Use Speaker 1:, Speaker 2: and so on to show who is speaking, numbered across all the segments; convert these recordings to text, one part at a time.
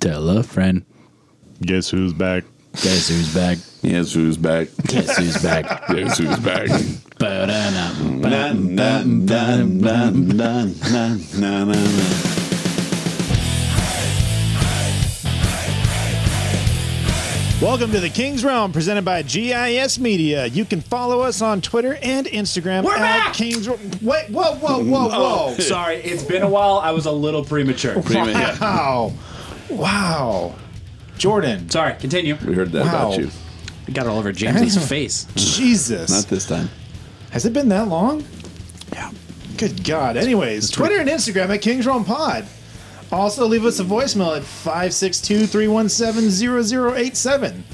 Speaker 1: Tell a friend.
Speaker 2: Guess who's back?
Speaker 1: Guess who's back?
Speaker 3: Yes, who's back?
Speaker 1: Guess who's back?
Speaker 3: Yes, who's back?
Speaker 1: Ba-da-dum,
Speaker 3: Dun,
Speaker 1: ba-dum,
Speaker 3: dun, dun,
Speaker 1: ba-dum,
Speaker 3: dun,
Speaker 1: ba-dum.
Speaker 3: dun, dun, dun, dun.
Speaker 2: Welcome to the King's Realm, presented by GIS Media. You can follow us on Twitter and Instagram We're Oh. at
Speaker 4: back!
Speaker 2: King's Realm. Wait, whoa, whoa, whoa, whoa.
Speaker 4: Sorry, it's been a while. I was a little premature.
Speaker 3: Pretty much, yeah.
Speaker 2: Wow. Wow. Jordan.
Speaker 4: Sorry, continue.
Speaker 3: We heard that
Speaker 2: Wow.
Speaker 3: about you.
Speaker 4: I got all over James's face.
Speaker 2: Jesus.
Speaker 3: Not this time.
Speaker 2: Has it been that long? Yeah. Good God. Anyways, Twitter and Instagram at King's Realm Pod. Also, leave us a voicemail at 562 317 0087.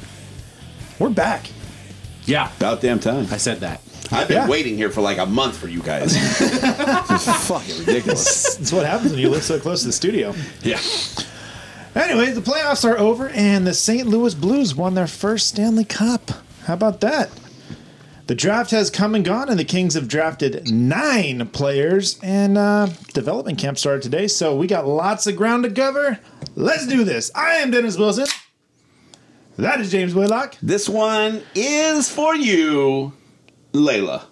Speaker 2: We're back.
Speaker 4: Yeah,
Speaker 3: About damn time.
Speaker 4: I said that.
Speaker 3: I've been
Speaker 2: Yeah.
Speaker 3: waiting here for like a month for you guys. This is fucking ridiculous.
Speaker 2: That's what happens when you live so close to the studio.
Speaker 3: Yeah.
Speaker 2: Anyways, the playoffs are over, and the St. Louis Blues won their first Stanley Cup. How about that? The draft has come and gone, and the Kings have drafted nine players, and uh, development camp started today, so we got lots of ground to cover. Let's do this. I am Dennis Wilson. That is James Whitlock.
Speaker 3: This one is for you, Layla.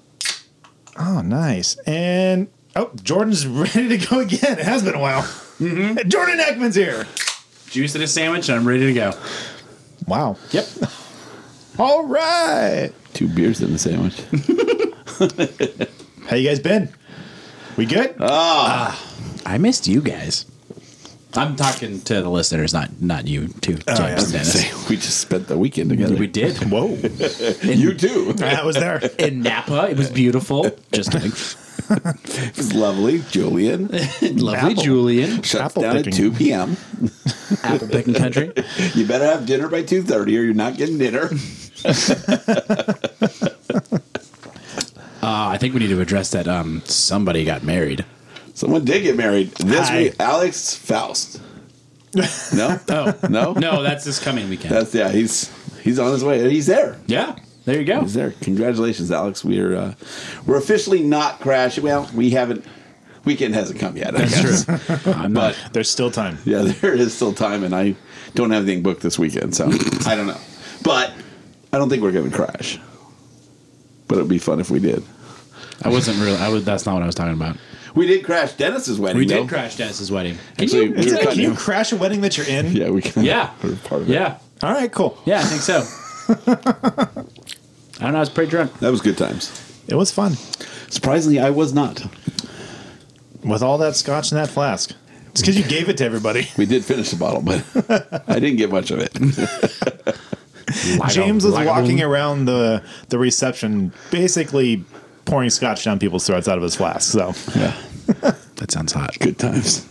Speaker 2: Oh, nice. And oh, Jordan's ready to go again. It has been a while. And Jordan Eckman's here.
Speaker 4: Juice in Mm-hmm. a sandwich, and I'm ready to go.
Speaker 2: Wow. Yep. All right.
Speaker 3: Two beers in the sandwich.
Speaker 2: How you guys been? We good?
Speaker 4: Uh. I missed you guys. I'm talking to the listeners, not not you too, James
Speaker 2: yeah.
Speaker 4: Dennis.
Speaker 3: we just spent the weekend together.
Speaker 4: We did.
Speaker 2: Whoa.
Speaker 4: In,
Speaker 3: You too.
Speaker 2: I was there.
Speaker 4: in Napa. It was beautiful. Just kidding.
Speaker 3: It was lovely. Julian
Speaker 4: Lovely
Speaker 2: Apple.
Speaker 4: Julian.
Speaker 3: shuts
Speaker 2: Apple
Speaker 3: down
Speaker 2: picking.
Speaker 3: at 2 p.m.
Speaker 4: Apple picking country.
Speaker 3: You better have dinner by 2.30 or you're not getting dinner.
Speaker 4: Uh, I think we need to address that um, somebody got married.
Speaker 3: Someone did get married this
Speaker 2: Hi.
Speaker 3: week. Alex Faust. No,
Speaker 4: Oh,
Speaker 3: no,
Speaker 4: no, that's this coming weekend.
Speaker 3: That's yeah. He's he's on his way. He's there.
Speaker 4: yeah, there you go.
Speaker 3: He's there. Congratulations, Alex. We're uh, we're officially not crashing. Well, we haven't. Weekend hasn't come yet. I guess.
Speaker 4: I'm not.
Speaker 2: There's still time.
Speaker 3: Yeah, there is still time, and I don't have anything booked this weekend, so I don't know. But I don't think we're going to crash. But it'd be fun if we did.
Speaker 4: I wasn't really. I was. That's not what I was talking about.
Speaker 3: We did crash Dennis's wedding.
Speaker 4: We
Speaker 3: though.
Speaker 4: did crash Dennis's wedding. Can
Speaker 3: Actually,
Speaker 4: you?
Speaker 3: we were
Speaker 2: Can
Speaker 3: cutting.
Speaker 2: you crash a wedding that you're in?
Speaker 3: Yeah, we kind
Speaker 4: Yeah.
Speaker 3: were part of it.
Speaker 4: Yeah,
Speaker 2: All right, cool.
Speaker 4: yeah, I think so. I don't know. I was pretty drunk.
Speaker 3: that was good times.
Speaker 2: It was fun.
Speaker 3: Surprisingly, I was not.
Speaker 2: With all that scotch in that flask. It's because you gave it to everybody.
Speaker 3: We did finish the bottle, but I didn't get much of it.
Speaker 2: James was walking around the, the reception basically pouring scotch down people's throats out of his flask. So
Speaker 4: That sounds hot.
Speaker 3: Good times.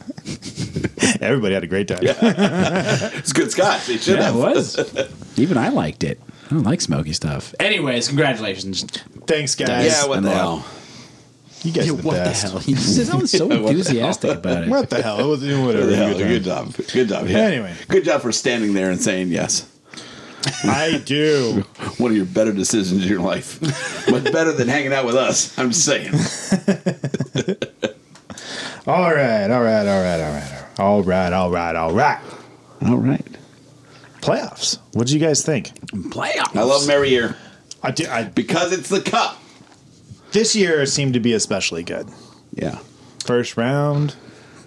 Speaker 2: everybody had a great time.
Speaker 3: It's good scotch. They should
Speaker 4: Yeah, it
Speaker 3: have.
Speaker 4: was. Even I liked it. I don't like smoky stuff. Anyways, congratulations.
Speaker 2: Thanks, guys.
Speaker 3: Yeah, what
Speaker 4: And
Speaker 3: the
Speaker 4: then-
Speaker 3: hell?
Speaker 2: You guys are the
Speaker 4: what
Speaker 2: best.
Speaker 4: the hell? He just sounds so enthusiastic about it.
Speaker 2: What the hell? It was whatever.
Speaker 3: What the hell?
Speaker 2: Good
Speaker 3: Good job. Good job. Yeah.
Speaker 2: Anyway.
Speaker 3: Good job for standing there and saying yes.
Speaker 2: time. I do.
Speaker 3: One of your better decisions in your life. but better than hanging out with us. I'm just saying.
Speaker 2: All right, all right, all right, all right, all right, all right, all right.
Speaker 3: All right.
Speaker 2: Playoffs. What did you guys think?
Speaker 4: Playoffs.
Speaker 3: I love Merry Year
Speaker 2: I do. I
Speaker 3: because it's the cup.
Speaker 2: This year seemed to be especially good.
Speaker 3: Yeah.
Speaker 2: First round,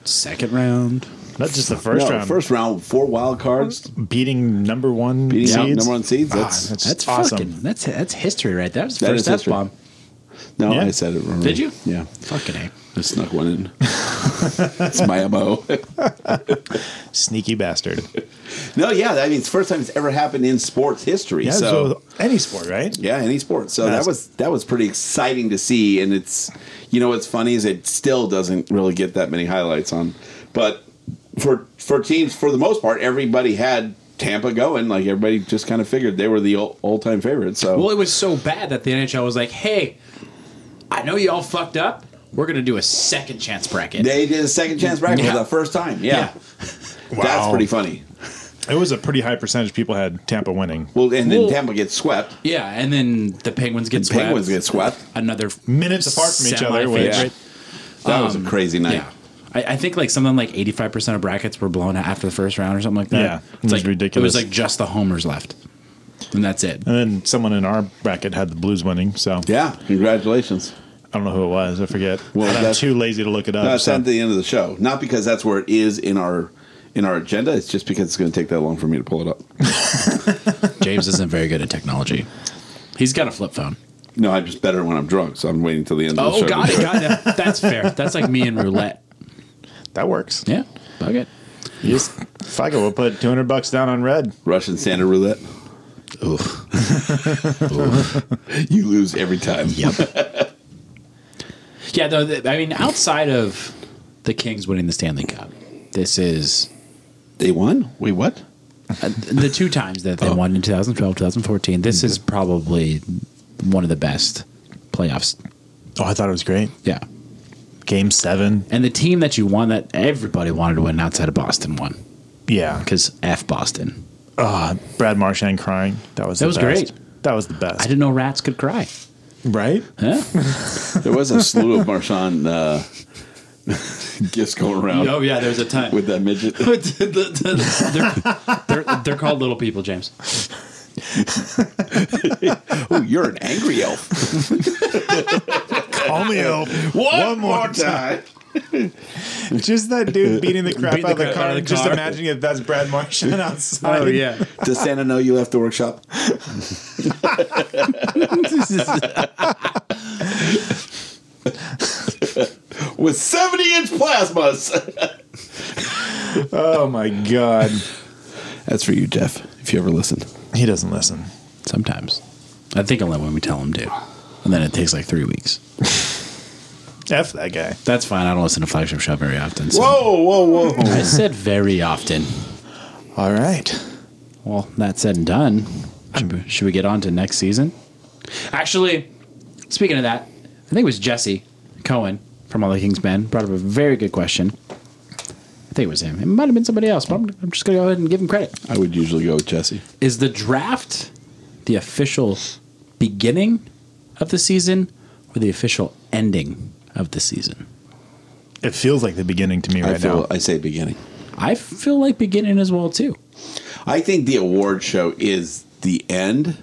Speaker 4: Second round.
Speaker 2: not just the first
Speaker 3: No,
Speaker 2: round,
Speaker 3: First round, four wild cards,
Speaker 2: beating number one
Speaker 3: beating out
Speaker 2: seeds.
Speaker 3: number one seeds.
Speaker 2: Ah,
Speaker 3: That's,
Speaker 4: That's
Speaker 2: awesome.
Speaker 4: fucking. That's that's history right there. That's
Speaker 3: That is
Speaker 4: first F
Speaker 3: history.
Speaker 4: bomb.
Speaker 3: no,
Speaker 2: yeah.
Speaker 3: I said it wrong.
Speaker 4: Did you?
Speaker 3: Yeah.
Speaker 4: Fucking a.
Speaker 3: I snuck one in. That's my MO.
Speaker 2: Sneaky bastard.
Speaker 3: no, yeah. I mean, it's the first time it's ever happened in sports history.
Speaker 2: Yeah,
Speaker 3: so.
Speaker 2: so any sport, right?
Speaker 3: Yeah, any sport. So
Speaker 2: That's-
Speaker 3: that was that was pretty exciting to see, and it's you know what's funny is it still doesn't really get that many highlights on, but for for teams for the most part, everybody had Tampa going. Like everybody just kind of figured they were the all time favorites. So
Speaker 4: Well, it was so bad that the NHL was like, "Hey, I know y'all fucked up. We're gonna do a second chance bracket."
Speaker 3: they did a second chance bracket
Speaker 4: Yeah.
Speaker 3: for the first time. Yeah, that's
Speaker 2: Wow.
Speaker 3: pretty funny.
Speaker 2: It was a pretty high percentage people had Tampa winning.
Speaker 3: Well, and then
Speaker 4: Well-
Speaker 3: Tampa gets swept.
Speaker 4: yeah, and then the Penguins get swept.
Speaker 3: Penguins get swept.
Speaker 4: another
Speaker 2: Minutes apart from each other, which-
Speaker 4: semi-favorite.
Speaker 3: Yeah. That was a
Speaker 4: Um,
Speaker 3: crazy night.
Speaker 4: Yeah. I, I think like something like 85% of brackets were blown out after the first round or something like that.
Speaker 2: Yeah,
Speaker 4: It's
Speaker 2: it was
Speaker 4: like-
Speaker 2: ridiculous.
Speaker 4: It was like just the homers left. And that's it.
Speaker 2: And then someone in our bracket had the Blues winning, so
Speaker 3: Yeah, congratulations.
Speaker 2: I don't know who it was. I forget.
Speaker 3: Well,
Speaker 2: And I'm
Speaker 3: that's-
Speaker 2: too lazy to look it up.
Speaker 3: No, it's
Speaker 2: so-
Speaker 3: not the end of the show. Not because that's where it is in our in our agenda. It's just because it's going to take that long for me to pull it up.
Speaker 4: James isn't very good at technology. He's got a flip phone.
Speaker 3: No, I'm just better when I'm drunk, so I'm waiting till the end of the show.
Speaker 4: Oh,
Speaker 3: to
Speaker 4: got
Speaker 3: do
Speaker 4: it. Got it. That's fair. That's like me and roulette.
Speaker 2: that works.
Speaker 4: Yeah. Bug it.
Speaker 2: You just, fuck it, we'll put 200 bucks down on red.
Speaker 3: Russian standard roulette. You lose every time.
Speaker 4: Yeah, though, th- I mean, outside of the Kings winning the Stanley Cup, this is
Speaker 3: They won? Wait, what?
Speaker 4: uh, the two times that they won in 2012, 2014. This is probably one of the best playoffs.
Speaker 2: Oh, I thought it was great.
Speaker 4: Yeah.
Speaker 2: Game seven.
Speaker 4: And the team that you won that everybody wanted to win outside of Boston won
Speaker 2: Yeah.
Speaker 4: because F Boston.
Speaker 2: Ah, Brad Marchand crying. That was
Speaker 4: That
Speaker 2: the
Speaker 4: was
Speaker 2: best.
Speaker 4: great.
Speaker 2: That was the best.
Speaker 4: I didn't know rats could cry.
Speaker 2: right?
Speaker 4: Huh?
Speaker 3: There was a slew of Marchand uh, gifts going around
Speaker 4: Oh, yeah, there's a time.
Speaker 3: with that midget.
Speaker 4: they're, they're, they're called little people, James.
Speaker 3: oh, you're an angry elf.
Speaker 2: Call me up.
Speaker 3: One more time.
Speaker 2: Just that dude beating the crap
Speaker 4: Beat the
Speaker 2: out of the
Speaker 4: crap
Speaker 2: car.
Speaker 4: out of the
Speaker 2: Just
Speaker 4: car. Oh,
Speaker 2: imagining if that's Brad Marchand outside.
Speaker 4: yeah.
Speaker 3: Does Santa know you left the workshop? With 70 inch plasmas.
Speaker 2: Oh my god.
Speaker 3: That's for you, Jeff, if you ever listen.
Speaker 2: He doesn't listen.
Speaker 4: Sometimes. I think only when we tell them to. And then it takes like three weeks.
Speaker 2: F that guy.
Speaker 4: That's fine. I don't listen to Flagship Show very often. So
Speaker 3: Whoa, whoa, whoa.
Speaker 4: I said very often.
Speaker 2: All right.
Speaker 4: Well, that said and done, should we, should we get on to next season? Actually, speaking of that, I think it was Jesse Cohen from All the Kings Men brought up a very good question. I think it was him. It might have been somebody else, but I'm, I'm just going to go ahead and give him credit.
Speaker 3: I would usually go with Jesse.
Speaker 4: Is the draft the official beginning of the season or the official ending of the season?
Speaker 2: It feels like the beginning to me right
Speaker 3: I feel
Speaker 2: now.
Speaker 3: I say beginning.
Speaker 4: I feel like beginning as well too.
Speaker 3: I think the award show is the end,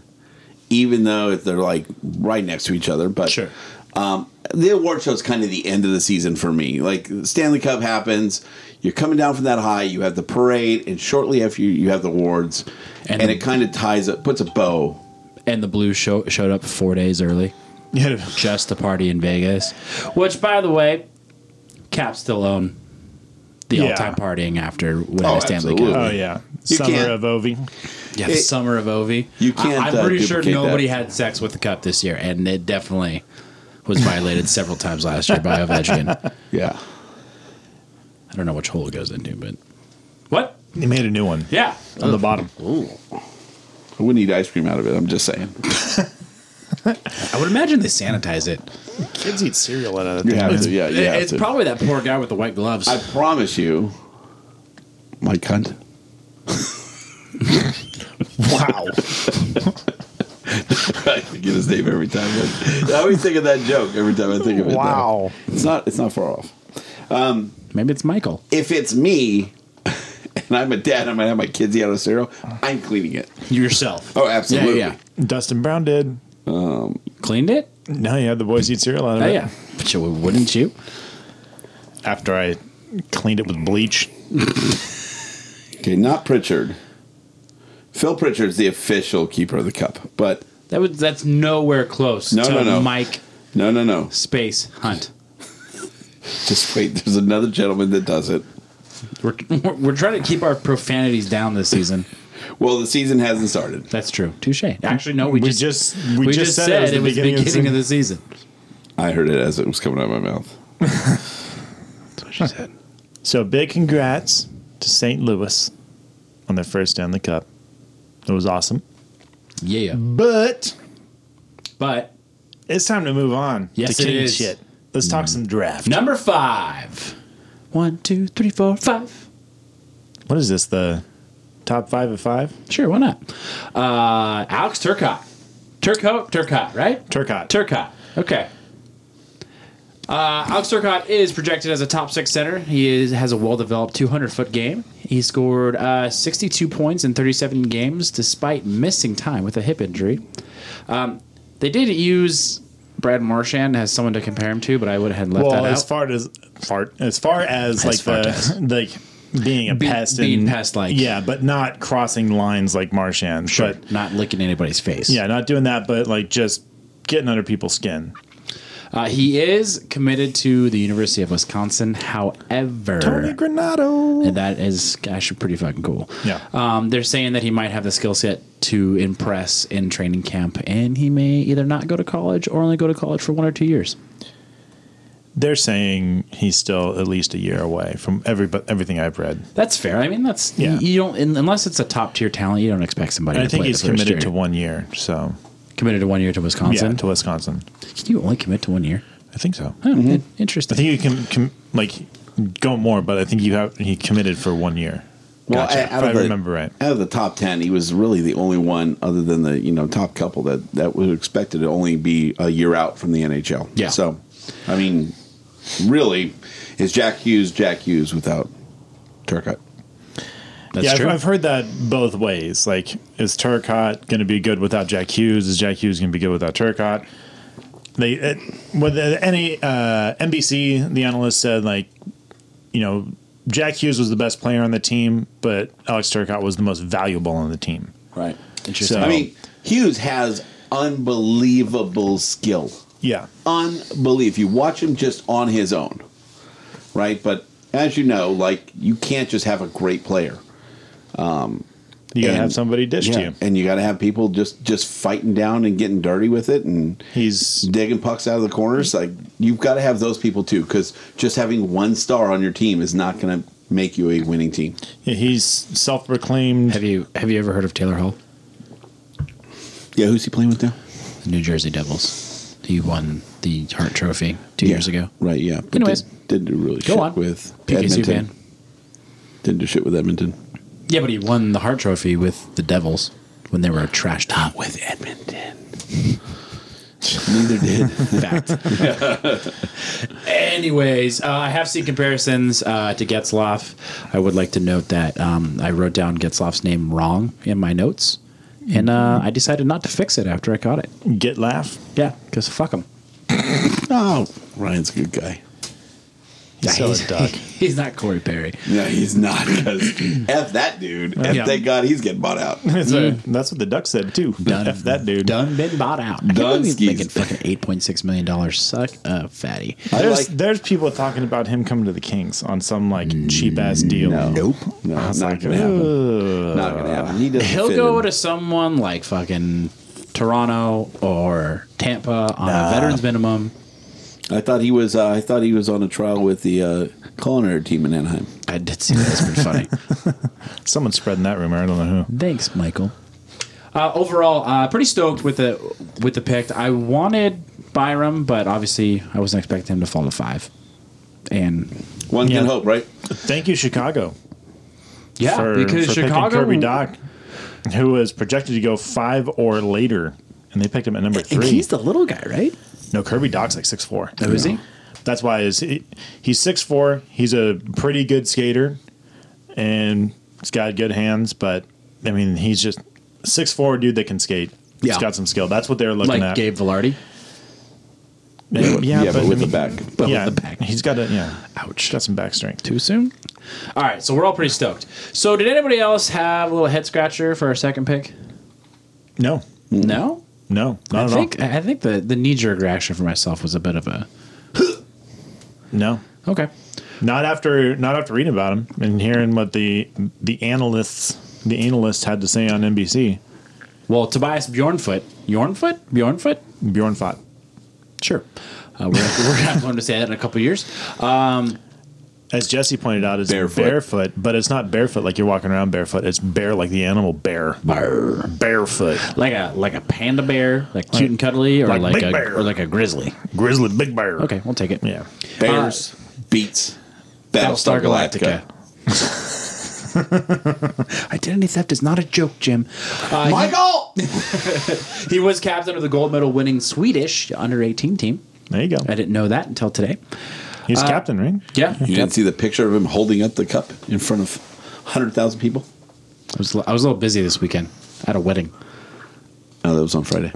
Speaker 3: even though they're like right next to each other. But
Speaker 2: Sure.
Speaker 3: um, the award show is kind of the end of the season for me. Like Stanley Cup happens, you're coming down from that high. You have the parade, and shortly after you, you have the awards,
Speaker 4: And
Speaker 3: and,
Speaker 4: the-
Speaker 3: it kind of ties up, puts a bow.
Speaker 4: And the Blues show, showed up four days early.
Speaker 2: Yeah.
Speaker 4: just the party in Vegas. Which, by the way, Cap still own the
Speaker 2: Yeah.
Speaker 4: all-time partying after winning
Speaker 3: Oh,
Speaker 4: the Stanley
Speaker 3: absolutely.
Speaker 2: Oh
Speaker 4: Cup.
Speaker 2: yeah.
Speaker 3: You
Speaker 2: Summer
Speaker 3: can't-
Speaker 2: of Ovi.
Speaker 4: Yeah, the
Speaker 3: It-
Speaker 4: summer of Ovi.
Speaker 3: You can't,
Speaker 4: I, am
Speaker 3: uh,
Speaker 4: pretty sure
Speaker 3: duplicate
Speaker 4: nobody
Speaker 3: that.
Speaker 4: had sex with the cup this year, and it definitely was violated several times last year by Ovechkin.
Speaker 3: Yeah.
Speaker 4: I don't know which hole it goes into, but what?
Speaker 2: He made a new one
Speaker 4: Yeah,
Speaker 2: on Oh,
Speaker 3: Oh.
Speaker 2: the bottom.
Speaker 3: I wouldn't eat ice cream out of it. I'm just saying.
Speaker 4: I would imagine they sanitize it.
Speaker 2: Kids eat cereal out of
Speaker 3: You
Speaker 2: that
Speaker 3: have
Speaker 2: thing.
Speaker 3: to. Yeah, you have
Speaker 4: it's
Speaker 3: to.
Speaker 4: probably that poor guy with the white gloves.
Speaker 3: I promise you, my cunt.
Speaker 2: Wow.
Speaker 3: I forget his name every time. I always think of that joke every time I think of it. though.
Speaker 2: Wow.
Speaker 3: it's not it's not far off.
Speaker 4: Maybe it's Michael.
Speaker 3: If it's me, and I'm a dad, I might have my kids eat out of cereal. I'm cleaning it.
Speaker 4: Yourself.
Speaker 3: Oh, absolutely.
Speaker 4: Yeah, yeah.
Speaker 2: Dustin Brown did.
Speaker 4: Cleaned it?
Speaker 2: No, you had the boys eat cereal out of
Speaker 4: Oh,
Speaker 2: it.
Speaker 4: yeah. Sure, wouldn't you?
Speaker 2: After I cleaned it with bleach.
Speaker 3: Okay, not Pritchard. Phil Pritchard's the official keeper of the cup, but
Speaker 4: That was that's nowhere close
Speaker 3: No,
Speaker 4: to
Speaker 3: no, no.
Speaker 4: Mike
Speaker 3: no, no, no.
Speaker 4: Space Hunt.
Speaker 3: Just wait. There's another gentleman that does it.
Speaker 4: We're, we're trying to keep our profanities down this season.
Speaker 3: Well, the season hasn't started.
Speaker 4: That's true. Touche. Actually, no, we,
Speaker 2: We
Speaker 4: just,
Speaker 2: just- we just said it was the beginning of the
Speaker 4: of the season.
Speaker 3: I heard it as it was coming out of my mouth.
Speaker 2: So big congrats to St. Louis on their first Stanley Cup. It was awesome.
Speaker 4: Yeah.
Speaker 2: But
Speaker 4: But
Speaker 2: it's time to move on
Speaker 4: Yes,
Speaker 2: to
Speaker 4: it
Speaker 2: king
Speaker 4: is. Mm.
Speaker 2: shit. Let's talk some draft.
Speaker 4: number five. One, two, three, four, five.
Speaker 2: What is this? The top five of five?
Speaker 4: Sure, why not? Uh, Alex Turcott. Turcot, Turcott, right?
Speaker 2: Turcotte.
Speaker 4: Turcott. Okay. Uh, Alex Turcott is projected as a top six center. He is, has a well developed 200 foot game. He scored uh, 62 points in 37 games despite missing time with a hip injury. Um, they did use Brad Marchand as someone to compare him to, but I would have left
Speaker 2: well,
Speaker 4: that
Speaker 2: as
Speaker 4: out.
Speaker 2: far as fart, as far as, like
Speaker 4: far
Speaker 2: the
Speaker 4: as.
Speaker 2: like being a
Speaker 4: Be-
Speaker 2: pest,
Speaker 4: being
Speaker 2: and-
Speaker 4: pest-like.
Speaker 2: yeah, but not crossing lines like Marchand. But
Speaker 4: not licking anybody's face.
Speaker 2: yeah, not doing that, but like just getting under people's skin.
Speaker 4: Uh, he is committed to the University of Wisconsin. However,
Speaker 2: Tony Granado.
Speaker 4: And that is actually pretty fucking cool.
Speaker 2: Yeah.
Speaker 4: Um, they're saying that he might have the skill set to impress in training camp, and he may either not go to college or only go to college for one or two years.
Speaker 2: They're saying he's still at least a year away from every but everything I've read.
Speaker 4: That's fair. I mean, that's
Speaker 2: Yeah.
Speaker 4: you, you don't un- unless it's a top tier talent, you don't expect somebody.
Speaker 2: And I
Speaker 4: to
Speaker 2: think
Speaker 4: play
Speaker 2: he's
Speaker 4: the first
Speaker 2: committed to
Speaker 4: year.
Speaker 2: one year. So
Speaker 4: committed to one year to Wisconsin.
Speaker 2: yeah, to Wisconsin.
Speaker 4: Can you only commit to one year?
Speaker 2: I think so.
Speaker 4: Oh, in-
Speaker 2: Mm-hmm. I
Speaker 4: Interesting.
Speaker 2: think you can com- like go more, but I think you have he committed for one year.
Speaker 3: Well,
Speaker 2: Gotcha. if
Speaker 3: out
Speaker 2: I
Speaker 3: of the-
Speaker 2: remember right.
Speaker 3: out of the top ten, he was really the only one, other than the you know top couple that that was expected to only be a year out from the NHL.
Speaker 4: Yeah.
Speaker 3: So, I mean, really, is Jack Hughes Jack Hughes without Turcotte?
Speaker 4: That's
Speaker 2: yeah, I've-
Speaker 4: true.
Speaker 2: I've, heard that both ways. Like, is Turcotte going to be good without Jack Hughes? Is Jack Hughes going to be good without Turcotte? They, it, with uh, any uh, NBC, the analyst said like, you know, Jack Hughes was the best player on the team, but Alex Turcotte was the most valuable on the team.
Speaker 3: Right.
Speaker 4: Interesting.
Speaker 3: I mean, Hughes has unbelievable skill.
Speaker 2: Yeah,
Speaker 3: Unbelievable. If You watch him just on his own, right? But as you know, like you can't just have a great player. Um,
Speaker 2: you got to
Speaker 3: And-
Speaker 2: have somebody dish to you.
Speaker 3: and you got to have people just just fighting down and getting dirty with it and
Speaker 2: He's
Speaker 3: digging pucks out of the corners. Like you've got to have those people too, because just having one star on your team is not going to make you a winning team.
Speaker 2: he's self-proclaimed.
Speaker 4: have you have you ever heard of Taylor Hall?
Speaker 3: Yeah, who's he playing with now?
Speaker 4: The New Jersey Devils. He won the Hart Trophy two years ago.
Speaker 3: Right. Yeah. But
Speaker 4: Anyways.
Speaker 3: did, didn't do really
Speaker 4: Go
Speaker 3: shit
Speaker 4: on.
Speaker 3: with
Speaker 4: PK
Speaker 3: Edmonton.
Speaker 4: Subban.
Speaker 3: Didn't do shit with Edmonton.
Speaker 4: Yeah, but he won the Hart Trophy with the Devils when they were a trash team.
Speaker 3: With Edmonton. Neither did.
Speaker 4: fact. Anyways, uh, I have seen comparisons uh, to Getzloff. I would like to note that um, I wrote down Getzloff's name wrong in my notes, and uh, I decided not to fix it after I caught it.
Speaker 2: Get laugh.
Speaker 4: Yeah, because fuck him.
Speaker 3: oh, Ryan's a good guy.
Speaker 2: He's still a duck.
Speaker 4: He's not Corey Perry.
Speaker 3: No, he's not. Because f that dude. F
Speaker 4: Yeah.
Speaker 3: thank God he's getting bought out.
Speaker 2: That's what- That's what the duck said too.
Speaker 4: Mm. Done.
Speaker 2: F that dude.
Speaker 4: Done been bought out. I can't
Speaker 3: Done
Speaker 4: believe he's
Speaker 3: skis.
Speaker 4: making fucking eight point six million dollars. Suck a fatty.
Speaker 3: I
Speaker 2: There's
Speaker 3: like-
Speaker 2: there's people talking about him coming to the Kings on some like
Speaker 4: Mm,
Speaker 2: cheap ass deal.
Speaker 3: Nope. No,
Speaker 2: That's
Speaker 3: not
Speaker 2: like,
Speaker 3: gonna happen. Not gonna happen. He doesn't
Speaker 4: He'll
Speaker 3: fit
Speaker 4: go
Speaker 3: in.
Speaker 4: to someone like fucking Toronto or Tampa on a veterans minimum.
Speaker 3: I thought he was. Uh, I thought he was on a trial with the uh, culinary team in Anaheim.
Speaker 4: I did see that. It's pretty funny.
Speaker 2: Someone's spreading that rumor. I don't know who.
Speaker 4: Thanks, Michael. Uh, overall, uh, pretty stoked with the with the pick. I wanted Byram, but obviously I wasn't expecting him to fall to five. And
Speaker 3: One
Speaker 2: Yeah.
Speaker 3: can hope, right?
Speaker 2: Thank you, Chicago.
Speaker 4: yeah,
Speaker 2: for,
Speaker 4: because
Speaker 2: for
Speaker 4: Chicago
Speaker 2: picking Kirby Doc, who was projected to go five or later, and they picked him at number
Speaker 4: And
Speaker 2: three.
Speaker 4: he's the little guy, right?
Speaker 2: no, Kirby Doc's like six four.
Speaker 4: Oh, is he?
Speaker 2: That's why is he's six four. He's a pretty good skater, and he's got good hands. But I mean, he's just six four dude that can skate.
Speaker 4: Yeah.
Speaker 2: He's got some skill. That's what they're looking
Speaker 4: Like
Speaker 2: at.
Speaker 4: Gabe Velarde.
Speaker 2: Yeah,
Speaker 3: yeah, but
Speaker 2: I
Speaker 3: with the
Speaker 2: mean,
Speaker 3: back.
Speaker 4: But
Speaker 2: yeah,
Speaker 4: with the back.
Speaker 2: He's got a yeah. Ouch. Got some back strength.
Speaker 4: Too soon? All right, so we're all pretty stoked. So, did anybody else have a little head scratcher for our second pick?
Speaker 2: No,
Speaker 4: No?
Speaker 2: no, not
Speaker 4: I
Speaker 2: at
Speaker 4: think, I think the, the knee jerk reaction for myself was a bit of a.
Speaker 2: all. No,
Speaker 4: Okay.
Speaker 2: not after not after reading about him and hearing what the the analysts the analysts had to say on NBC.
Speaker 4: Well, Tobias Bjornfoot. Bjornfoot? Bjornfoot?
Speaker 2: Bjorn Fott.
Speaker 4: Sure. Uh, we're we're not going to say that in a couple of years. Um,
Speaker 2: As Jesse pointed out, it's
Speaker 3: Barefoot.
Speaker 2: barefoot. but it's not barefoot like you're walking around barefoot. It's bear like the animal bear. Barefoot.
Speaker 4: like a like a panda bear, like cute and cuddly, or like,
Speaker 2: like Big
Speaker 4: a
Speaker 2: Bear.
Speaker 4: or like a grizzly.
Speaker 2: Grizzly big bear.
Speaker 4: Okay, we'll take it.
Speaker 2: Yeah.
Speaker 3: Bears beats Battlestar, Galactica.
Speaker 4: Identity theft is not a joke, Jim. Uh,
Speaker 3: Michael!
Speaker 4: He, he was captain of the gold medal winning Swedish under 18 team.
Speaker 2: There you go.
Speaker 4: I didn't know that until today.
Speaker 2: He's
Speaker 4: uh,
Speaker 2: captain, right?
Speaker 4: Yeah.
Speaker 3: You didn't see the picture of him holding up the cup in front of 100,000 people?
Speaker 4: I was, I was a little busy this weekend at a wedding.
Speaker 3: Oh, that was on Friday.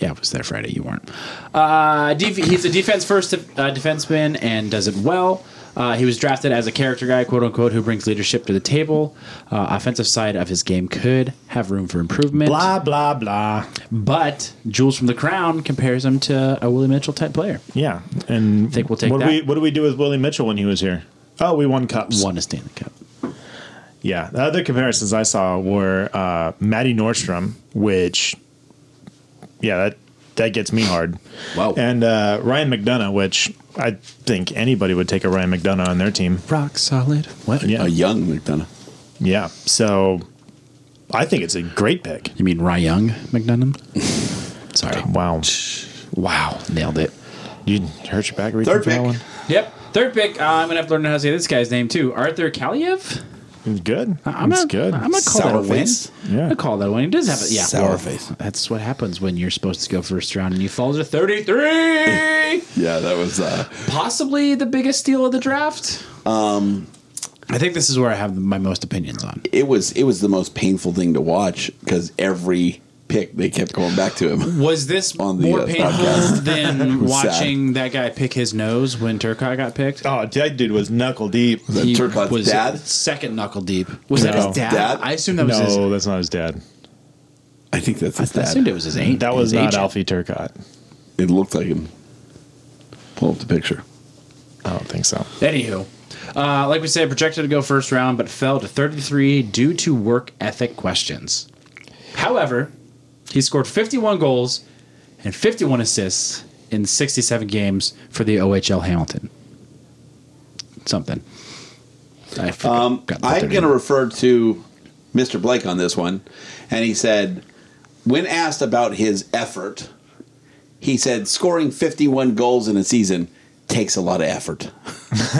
Speaker 4: Yeah, I was there Friday. You weren't. Uh, def- he's a defense first uh, defenseman and does it well. Uh, he was drafted as a character guy, quote unquote, who brings leadership to the table. Uh, offensive side of his game could have room for improvement.
Speaker 2: Blah blah blah.
Speaker 4: But Jules from the Crown compares him to a Willie Mitchell type player.
Speaker 2: Yeah, and
Speaker 4: Think we'll take
Speaker 2: what
Speaker 4: that?
Speaker 2: Do we, what do we do with Willie Mitchell when he was here? Oh, we won cups.
Speaker 4: Won a Stanley Cup.
Speaker 2: Yeah, the other comparisons I saw were uh, Maddie Nordstrom, which, yeah, that that gets me hard.
Speaker 4: Wow.
Speaker 2: And uh, Ryan McDonough, which I think anybody would take a Ryan McDonough on their team.
Speaker 4: Rock solid. What?
Speaker 2: Yeah,
Speaker 3: A young McDonough.
Speaker 2: yeah. So I think it's a great pick.
Speaker 4: You mean Ry Young McDonough? Sorry.
Speaker 2: Wow,
Speaker 4: Wow. Nailed it.
Speaker 2: you hurt your back reaching
Speaker 3: Third
Speaker 2: for that
Speaker 3: pick.
Speaker 2: one.
Speaker 4: Yep. Third pick. Uh, I'm going to have to learn how to say this guy's name too. Arthur Kaliev?
Speaker 2: It's good.
Speaker 4: I'm
Speaker 2: it's
Speaker 4: gonna,
Speaker 2: good.
Speaker 4: I'm gonna call that a win.
Speaker 3: Sourface.
Speaker 4: I'm
Speaker 2: Yeah.
Speaker 4: gonna call that a win. It does have a yeah.
Speaker 3: Sour face.
Speaker 4: That's what happens when you're supposed to go first round and you fall to 33.
Speaker 3: Yeah, that was. Uh,
Speaker 4: Possibly the biggest steal of the draft. Um, I think this is where I have my most opinions on.
Speaker 3: it was it was the most painful thing to watch because every pick they kept going back to him.
Speaker 4: Was this
Speaker 3: On the,
Speaker 4: more
Speaker 3: uh,
Speaker 4: painful
Speaker 3: podcast.
Speaker 4: than
Speaker 3: was sad.
Speaker 4: watching that guy pick his nose when Turcotte got picked?
Speaker 2: Oh, that dude was knuckle deep.
Speaker 3: The
Speaker 4: He
Speaker 3: Turcotte's
Speaker 4: was
Speaker 3: dad.
Speaker 4: second knuckle deep. Was that
Speaker 2: No.
Speaker 4: his dad?
Speaker 3: Dad?
Speaker 4: I assume that was his.
Speaker 2: No, that's not his dad.
Speaker 3: I think that's his
Speaker 4: I
Speaker 3: dad.
Speaker 4: assumed it was his aunt.
Speaker 2: That was
Speaker 4: his
Speaker 2: not
Speaker 4: agent.
Speaker 2: Alfie Turcott.
Speaker 3: It looked like him. Pull up the picture.
Speaker 2: I don't think so.
Speaker 4: Anywho, uh, like we said, projected to go first round, but fell to 33 due to work ethic questions. However, he scored 51 goals and 51 assists in 67 games for the OHL Hamilton. Something. I forgot-
Speaker 3: Um,
Speaker 4: got the
Speaker 3: I'm
Speaker 4: 30.
Speaker 3: going to refer to Mr. Blake on this one, and he said, when asked about his effort, he said scoring 51 goals in a season takes a lot of effort.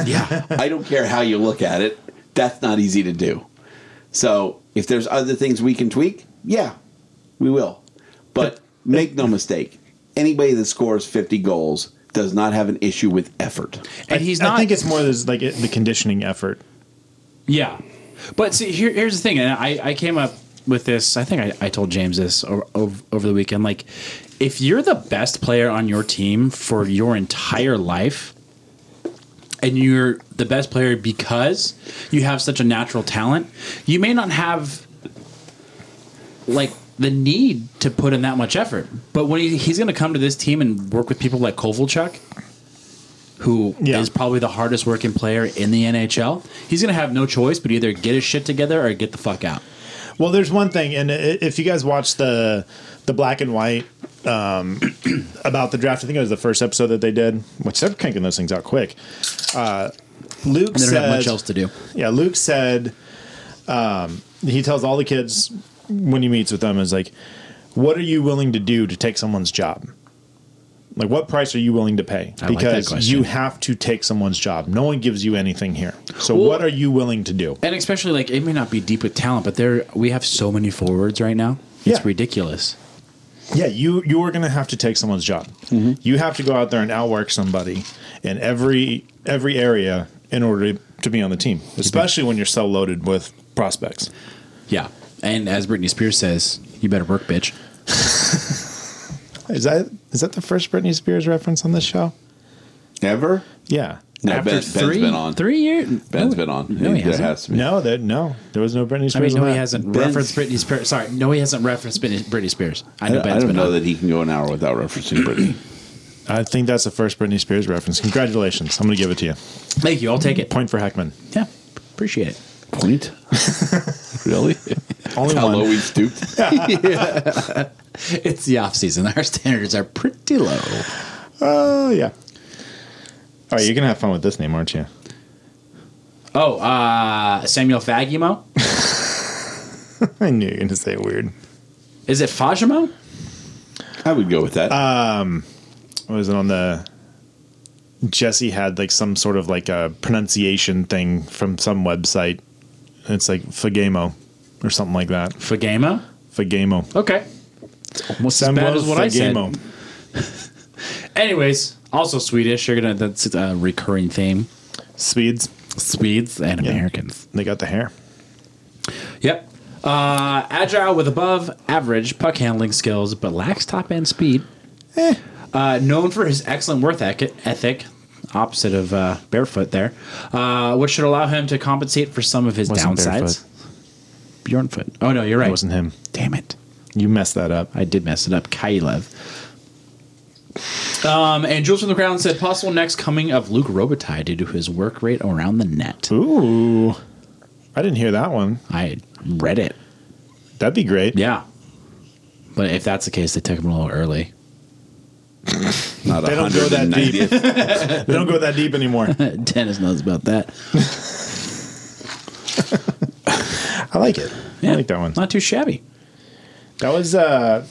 Speaker 4: Yeah.
Speaker 3: I don't care how you look at it. That's not easy to do. So if there's other things we can tweak, yeah, we will. But make no mistake, anybody that scores 50 goals does not have an issue with effort.
Speaker 4: And he's
Speaker 2: I
Speaker 4: not.
Speaker 2: think it's more this, like it- the conditioning effort.
Speaker 4: Yeah, but see, here, here's the thing, and I, I came up with this. I think I, I told James this over, over the weekend. Like, if you're the best player on your team for your entire life, and you're the best player because you have such a natural talent, you may not have like the need to put in that much effort. But when he, he's going to come to this team and work with people like Kovalchuk, who is
Speaker 2: Yeah.
Speaker 4: probably the hardest working player in the NHL, he's going to have no choice but either get his shit together or get the fuck out.
Speaker 2: Well, there's one thing, and i- if you guys watch the the black and white um, about the draft, I think it was the first episode that they did, which they're cranking those things out quick. Uh, Luke
Speaker 4: They don't have much
Speaker 2: says,
Speaker 4: else to do.
Speaker 2: "Yeah, Luke said um, he tells all the kids when he meets with them is like, what are you willing to do to take someone's job? Like, what price are you willing to pay?
Speaker 4: I like that
Speaker 2: Because
Speaker 4: question.
Speaker 2: you have to take someone's job. No one gives you anything here. So,
Speaker 4: Well-
Speaker 2: what are you willing to do?"
Speaker 4: And especially like it may not be deep with talent, but there we have so many forwards right now. It's
Speaker 2: Yeah.
Speaker 4: ridiculous.
Speaker 2: Yeah, you you are going to have to take someone's job. You have to go out there and outwork somebody in every every area in order to, to be on the team, especially when you're so loaded with prospects.
Speaker 4: Yeah. And as Britney Spears says, you better work, bitch.
Speaker 2: Is that is that the first Britney Spears reference on this show?
Speaker 3: Ever?
Speaker 2: Yeah.
Speaker 3: No,
Speaker 4: After
Speaker 3: ben,
Speaker 4: three,
Speaker 3: Ben's been on.
Speaker 4: three years.
Speaker 3: Ben's
Speaker 4: no,
Speaker 3: been on.
Speaker 4: No, he
Speaker 3: There
Speaker 4: hasn't.
Speaker 3: has to be.
Speaker 2: No, there no. There was no Britney Spears.
Speaker 4: I mean,
Speaker 2: on
Speaker 4: no, he
Speaker 2: that.
Speaker 4: hasn't
Speaker 3: Ben's-
Speaker 4: referenced Britney Spears. Sorry, no, he hasn't referenced Britney, Britney Spears. I
Speaker 3: I
Speaker 4: know
Speaker 3: don't, I
Speaker 4: Ben's
Speaker 3: don't
Speaker 4: been
Speaker 3: know
Speaker 4: on.
Speaker 3: that he can go an hour without referencing Britney.
Speaker 2: I think that's the first Britney Spears reference. Congratulations. I'm gonna give it to you.
Speaker 4: Thank you. I'll take it.
Speaker 2: Point for Heckman.
Speaker 4: Yeah, appreciate it.
Speaker 3: Point? really?
Speaker 2: Only
Speaker 3: How
Speaker 2: one.
Speaker 3: low he stooped?
Speaker 4: It's the off season. Our standards are pretty low.
Speaker 2: Oh yeah. All right, you're gonna have fun with this name, aren't you?
Speaker 4: Oh, uh, Samuel Fagimo.
Speaker 2: I knew you were gonna say it weird.
Speaker 4: Is it Fagimo?
Speaker 3: I would go with that.
Speaker 2: Uh, What was it on the? Jesse had like some sort of like a pronunciation thing from some website. It's like Fagamo or something like that.
Speaker 4: Fagamo.
Speaker 2: Fagamo.
Speaker 4: Okay. It's almost as bad as what I said. Anyways, also Swedish. You're gonna that's a recurring theme.
Speaker 2: Swedes.
Speaker 4: Swedes and
Speaker 2: Yeah.
Speaker 4: Americans.
Speaker 2: They got the hair.
Speaker 4: Yep. Uh, agile with above average puck handling skills, but lacks top end speed. Uh, known for his excellent work ec- ethic, opposite of uh, barefoot there, uh, which should allow him to compensate for some of his
Speaker 2: Wasn't
Speaker 4: downsides. Bjornfoot. Oh no, you're right.
Speaker 2: It wasn't him.
Speaker 4: Damn it.
Speaker 2: You messed that up.
Speaker 4: I did mess it up. Kailev. Um, and Jules from the Crown said possible next coming of Luke Robitaille due to his work rate around the net.
Speaker 2: Ooh. I didn't hear that one.
Speaker 4: I read it.
Speaker 2: That'd be great.
Speaker 4: Yeah. But if that's the case, they took him a little early.
Speaker 3: Not
Speaker 2: they don't go that deep.
Speaker 3: 190th.
Speaker 2: They don't go that deep anymore.
Speaker 4: Dennis knows about that.
Speaker 2: I like it. I like that one.
Speaker 4: Not too shabby.
Speaker 2: That was uh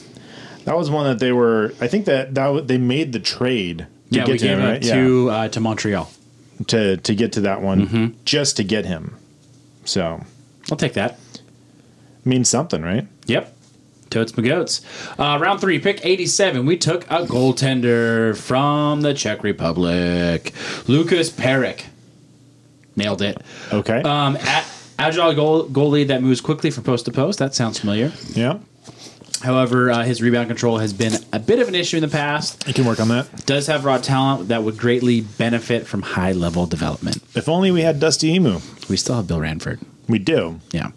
Speaker 2: that was one that they were I think that that wa- they made the trade to
Speaker 4: yeah, we
Speaker 2: to
Speaker 4: gave
Speaker 2: him,
Speaker 4: it
Speaker 2: right?
Speaker 4: to Mm-hmm. uh, to Montreal.
Speaker 2: Yeah. to to get to that one just to get him. So,
Speaker 4: I'll take that.
Speaker 2: means something, right?
Speaker 4: Yep. Totes McGoats. Uh, round three, pick 87. We took a goaltender from the Czech Republic, Lucas Perek. Nailed it.
Speaker 2: Okay.
Speaker 4: Um, a- agile goal, goalie that moves quickly from post to post. That sounds familiar.
Speaker 2: yeah.
Speaker 4: However, uh, his rebound control has been a bit of an issue in the past.
Speaker 2: You can work on that.
Speaker 4: Does have raw talent that would greatly benefit from high level development.
Speaker 2: If only we had Dusty Emu.
Speaker 4: We still have Bill Ranford.
Speaker 2: We do.
Speaker 4: Yeah.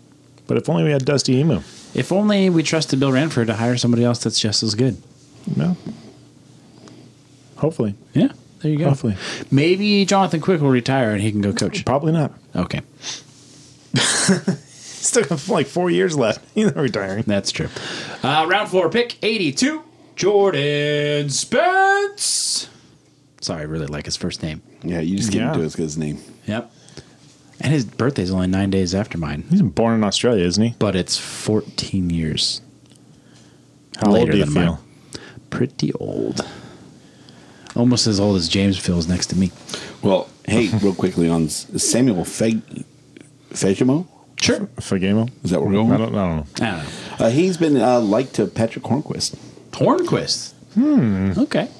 Speaker 2: But if only we had Dusty Emu.
Speaker 4: If only we trusted Bill Ranford to hire somebody else that's just as good.
Speaker 2: No. Hopefully.
Speaker 4: Yeah, there you go.
Speaker 2: Hopefully.
Speaker 4: Maybe Jonathan Quick will retire and he can go coach.
Speaker 2: Probably not.
Speaker 4: Okay,
Speaker 2: Still got like four years left. He's not retiring.
Speaker 4: that's true. Uh, round four, pick 82, Jordan Spence. Sorry, I really like his first name.
Speaker 3: yeah, you just can't
Speaker 2: Yeah.
Speaker 3: do it 'cause his name.
Speaker 4: Yep. And his birthday's only nine days after mine,
Speaker 2: He's born in Australia, isn't he?
Speaker 4: but it's 14 years
Speaker 2: How
Speaker 4: later
Speaker 2: old do you
Speaker 4: than
Speaker 2: feel?
Speaker 4: mine. Pretty old. Almost as old as James feels next to me.
Speaker 3: Well, hey, real quickly on S- Samuel Feg- Fejimo.
Speaker 4: Sure.
Speaker 2: Fagamo?
Speaker 3: Is that where we're going?
Speaker 2: I don't, I don't know.
Speaker 4: I don't know.
Speaker 3: Uh, he's been uh, liked to Patrick Hornquist.
Speaker 4: Hornquist. Hmm. Okay.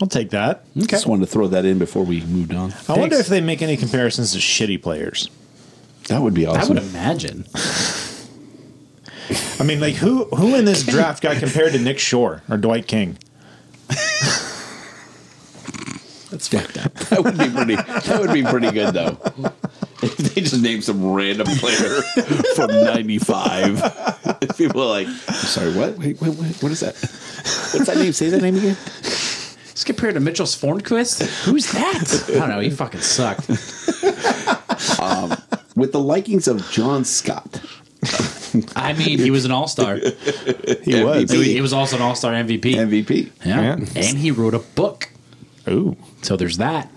Speaker 2: I'll take that.
Speaker 4: Okay.
Speaker 3: Just wanted to throw that in before we moved on.
Speaker 2: I wonder
Speaker 4: Thanks.
Speaker 2: if they make any comparisons to shitty players.
Speaker 3: That would be
Speaker 4: I
Speaker 3: awesome.
Speaker 4: would imagine.
Speaker 2: I mean, like who who in this draft got compared to Nick Shore or Dwight King?
Speaker 4: That's fucked up.
Speaker 3: that would be pretty. That would be pretty good though. If they just name some random player from '95, people are like, I'm "Sorry, what? Wait, wait, wait, what is that? What's that name? Say that name again."
Speaker 4: Let's compare to Mitchell Sfornquist. Who's that? I don't know. He fucking sucked.
Speaker 3: With the likings of John Scott,
Speaker 4: I mean, he was an all star.
Speaker 2: He was.
Speaker 3: MVP.
Speaker 4: He was also an all star MVP.
Speaker 3: MVP.
Speaker 4: Yeah.
Speaker 2: Yeah.
Speaker 4: And he wrote a book.
Speaker 2: Ooh.
Speaker 4: So there's that.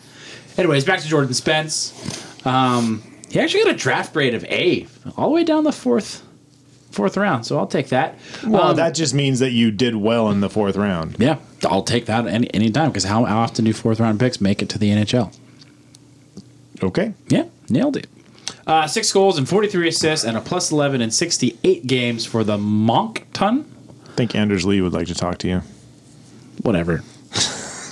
Speaker 4: Anyways, back to Jordan Spence. Um, he actually got a draft grade of A all the way down the fourth fourth round. So I'll take that.
Speaker 2: Well,
Speaker 4: Um,
Speaker 2: Oh, that just means that you did well in the fourth round.
Speaker 4: yeah, I'll take that any any time because how often do fourth round picks make it to the NHL?
Speaker 2: Okay.
Speaker 4: Yeah, nailed it. Uh, six goals and 43 assists and a plus 11 in 68 games for the Moncton.
Speaker 2: I think Anders Lee would like to talk to you.
Speaker 4: Whatever.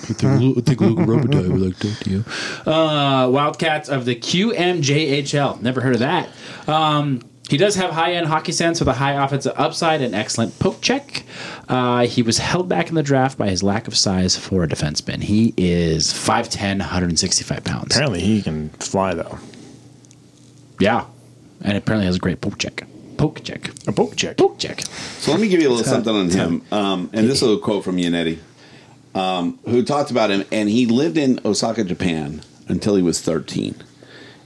Speaker 4: I think Lu- I think Luke Robitaille would like to talk to you. Uh, Wildcats of the QMJHL. Never heard of that. Um, He does have high end hockey sense with a high offensive upside and excellent poke check. Uh, he was held back in the draft by his lack of size for a defenseman. He is 5'10, 165 pounds.
Speaker 2: Apparently, he can fly though.
Speaker 4: Yeah. And apparently has a great poke check. Poke check.
Speaker 2: A book check.
Speaker 4: Poke check.
Speaker 3: So let me give you a little something on him. Um, and this is a quote from Yannetti, um, who talked about him. And he lived in Osaka, Japan until he was 13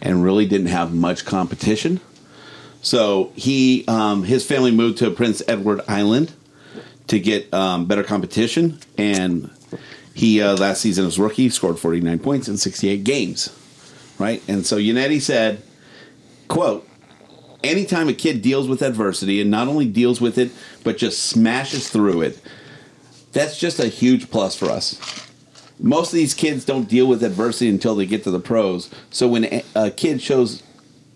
Speaker 3: and really didn't have much competition. So he, um, his family moved to Prince Edward Island to get um, better competition. And he, uh, last season as rookie, scored 49 points in 68 games. Right. And so Yannetti said, quote, anytime a kid deals with adversity and not only deals with it but just smashes through it that's just a huge plus for us most of these kids don't deal with adversity until they get to the pros so when a, a kid shows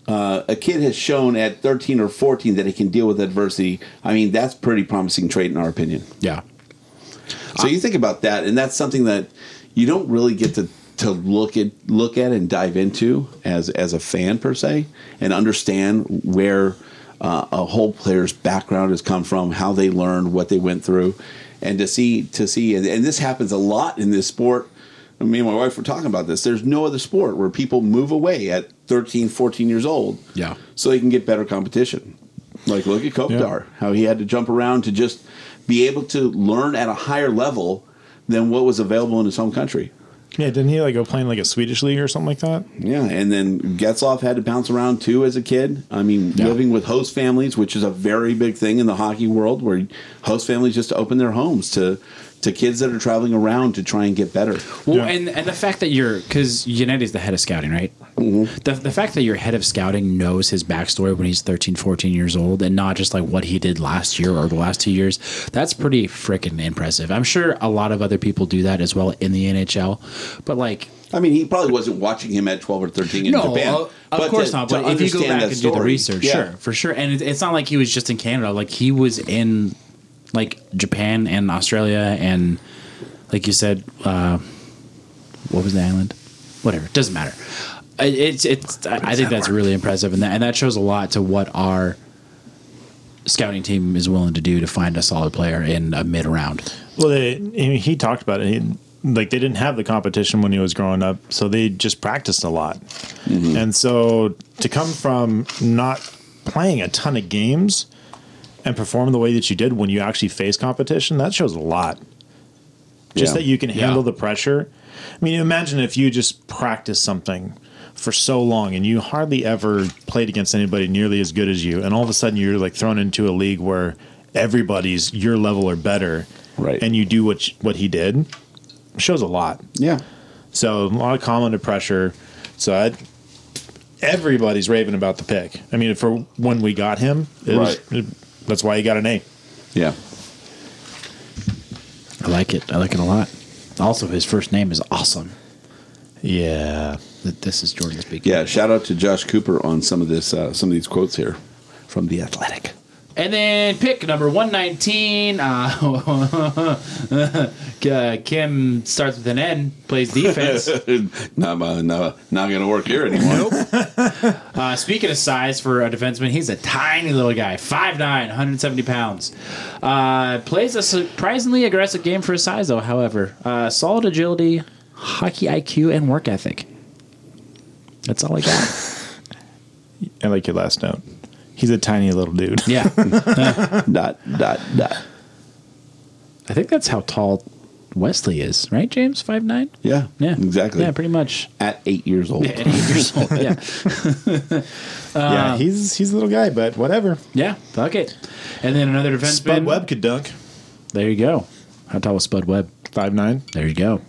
Speaker 3: uh, a kid has shown at 13 or 14 that he can deal with adversity i mean that's pretty promising trait in our opinion
Speaker 4: Yeah.
Speaker 3: so you think about that and that's something that you don't really get to to look at look at and dive into as as a fan per se and understand where uh, a whole player's background has come from how they learned what they went through and to see to see and, and this happens a lot in this sport I mean, me and my wife were talking about this there's no other sport where people move away at 13 14 years old
Speaker 4: Yeah.
Speaker 3: so they can get better competition like look at Kopitar, how he had to jump around to just be able to learn at a higher level than what was available in his home country.
Speaker 2: Yeah, didn't he like go playing like a Swedish league or something like that?
Speaker 3: Yeah, and then Getzloff had to bounce around too as a kid. I mean,
Speaker 4: Yeah.
Speaker 3: living with host families, which is a very big thing in the hockey world, where host families just open their homes to to kids that are traveling around to try and get better.
Speaker 4: Well,
Speaker 2: Yeah.
Speaker 4: and, and the fact that you're because Yanetti's the head of scouting, right? The, the fact that your head of scouting knows his backstory when he's 13, 14 years old and not just like what he did last year or the last two years, that's pretty freaking impressive. I'm sure a lot of other people do that as well in the NHL, but like,
Speaker 3: I mean, he probably wasn't watching him at twelve or thirteen in
Speaker 4: no, uh,
Speaker 3: Japan.
Speaker 4: of of course
Speaker 3: to-
Speaker 4: not.
Speaker 3: to
Speaker 4: But if you go
Speaker 3: understand
Speaker 4: back
Speaker 3: that
Speaker 4: and do the
Speaker 3: story,
Speaker 4: research,
Speaker 3: yeah.
Speaker 4: sure, for sure. And it, it's not like he was just in Canada, like, he was in like Japan and Australia and like you said, uh, what was the island? Whatever, it doesn't matter. I- It's it's. I I think that's really impressive, and that and that shows a lot to what our scouting team is willing to do to find a solid player in a mid round.
Speaker 2: Well, they, I mean, he talked about it. He, like they didn't have the competition when he was growing up, so they just practiced a lot. And so to come from not playing a ton of games and perform the way that you did when you actually face competition, that shows a lot. Just
Speaker 3: Yeah.
Speaker 2: that you can
Speaker 4: Yeah.
Speaker 2: handle the pressure. I mean, imagine if you just practice something for so long and you hardly ever played against anybody nearly as good as you, and all of a sudden you're like thrown into a league where everybody's your level or better,
Speaker 3: Right.
Speaker 2: And you do what what he did shows a lot.
Speaker 3: Yeah,
Speaker 2: So a lot of common to pressure. So i everybody's raving about the pick. I mean, for when we got him, it was- it- that's why he got an A.
Speaker 3: yeah.
Speaker 4: I like it. I like it a lot. Also, his first name is awesome.
Speaker 2: Yeah.
Speaker 4: Th- This is Jordan speaking.
Speaker 3: Yeah, shout out to Josh Cooper on some of this uh, some of these quotes here from the Athletic.
Speaker 4: And then pick number 119. Uh, uh, Kim starts with an N, plays defense.
Speaker 3: not, uh, not, not gonna work here anymore.
Speaker 4: Uh, speaking of size for a defenseman, he's a tiny little guy, 5'9, 170 pounds. Uh, plays a surprisingly aggressive game for his size, though, however. Uh, solid agility, hockey IQ, and work ethic. That's all I got.
Speaker 2: I like your last note. He's a tiny little dude.
Speaker 4: yeah.
Speaker 3: dot dot dot.
Speaker 4: I think that's how tall Wesley is, right, James? 5'9?
Speaker 3: Yeah,
Speaker 4: Yeah.
Speaker 3: exactly.
Speaker 4: Yeah, pretty much.
Speaker 3: At eight years old,
Speaker 4: Yeah, at eight years old. Yeah.
Speaker 2: yeah, he's he's a little guy, but whatever.
Speaker 4: Yeah. Fuck it. And then another defenseman.
Speaker 2: Spud Webb could dunk.
Speaker 4: There you go. How tall was Spud Webb?
Speaker 2: Five nine.
Speaker 4: There you go.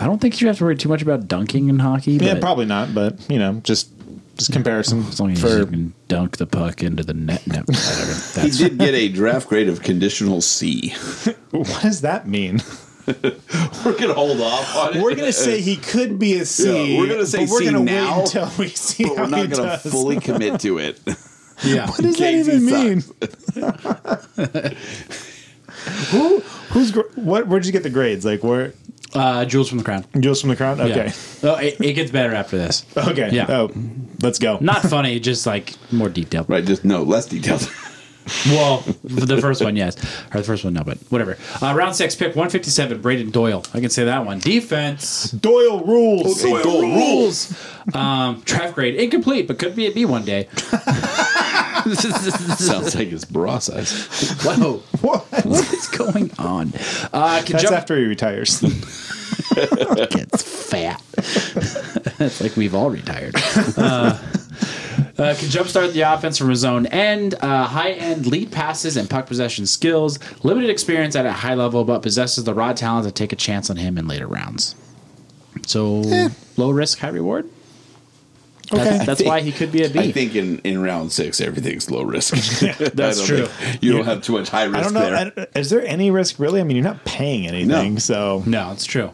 Speaker 4: I don't think you have to worry too much about dunking in hockey.
Speaker 2: Yeah,
Speaker 4: but-
Speaker 2: probably not, but you know, just just comparison
Speaker 4: As long as
Speaker 2: for
Speaker 4: you can dunk the puck into the net. No, whatever.
Speaker 3: he
Speaker 4: That's
Speaker 3: did get a draft grade of conditional C.
Speaker 2: what does that mean?
Speaker 3: We're gonna hold off on it.
Speaker 2: We're gonna say he could be a C.
Speaker 3: Yeah, we're gonna say
Speaker 2: but we're
Speaker 3: C
Speaker 2: gonna
Speaker 3: now,
Speaker 2: wait until we see
Speaker 3: but
Speaker 2: how
Speaker 3: we're
Speaker 2: he
Speaker 3: not gonna
Speaker 2: does.
Speaker 3: fully commit to it.
Speaker 4: yeah.
Speaker 2: what does that
Speaker 3: Games
Speaker 2: even
Speaker 3: he
Speaker 2: mean? Who? Who's? gr- What? Where'd you get the grades? Like where?
Speaker 4: Uh, Jules from the Crown.
Speaker 2: Jules from the Crown?
Speaker 4: Yeah.
Speaker 2: Okay.
Speaker 4: Oh, it, it gets better after this.
Speaker 2: Okay.
Speaker 4: Yeah.
Speaker 2: Oh, let's go.
Speaker 4: Not funny, just like more detailed.
Speaker 3: Right, just no, less detailed.
Speaker 4: Well, the first one, yes. Or the first one, no, but whatever. Uh, round six, pick 157, Braden Doyle. I can say that one. Defense.
Speaker 2: Doyle rules.
Speaker 3: Doyle rules.
Speaker 4: Um, draft grade, incomplete, but could be a B one day.
Speaker 3: Sounds like it's bra size.
Speaker 4: Whoa.
Speaker 2: What?
Speaker 4: What is going on? Uh, can
Speaker 2: That's
Speaker 4: jump
Speaker 2: after he retires.
Speaker 4: gets fat. That's like we've all retired. Uh, uh, can jumpstart the offense from his own end. Uh, high end lead passes and puck possession skills. Limited experience at a high level, but possesses the raw talent to take a chance on him in later rounds. So low risk, high reward. That's, that's why he could be a B.
Speaker 3: I think in, in round six, everything's low risk.
Speaker 4: that's
Speaker 3: I don't
Speaker 4: true.
Speaker 3: think- You don't have too much high risk
Speaker 2: I don't know.
Speaker 3: there.
Speaker 2: I, is there any risk, really? I mean, you're not paying anything.
Speaker 3: No.
Speaker 2: So,
Speaker 4: no, it's true.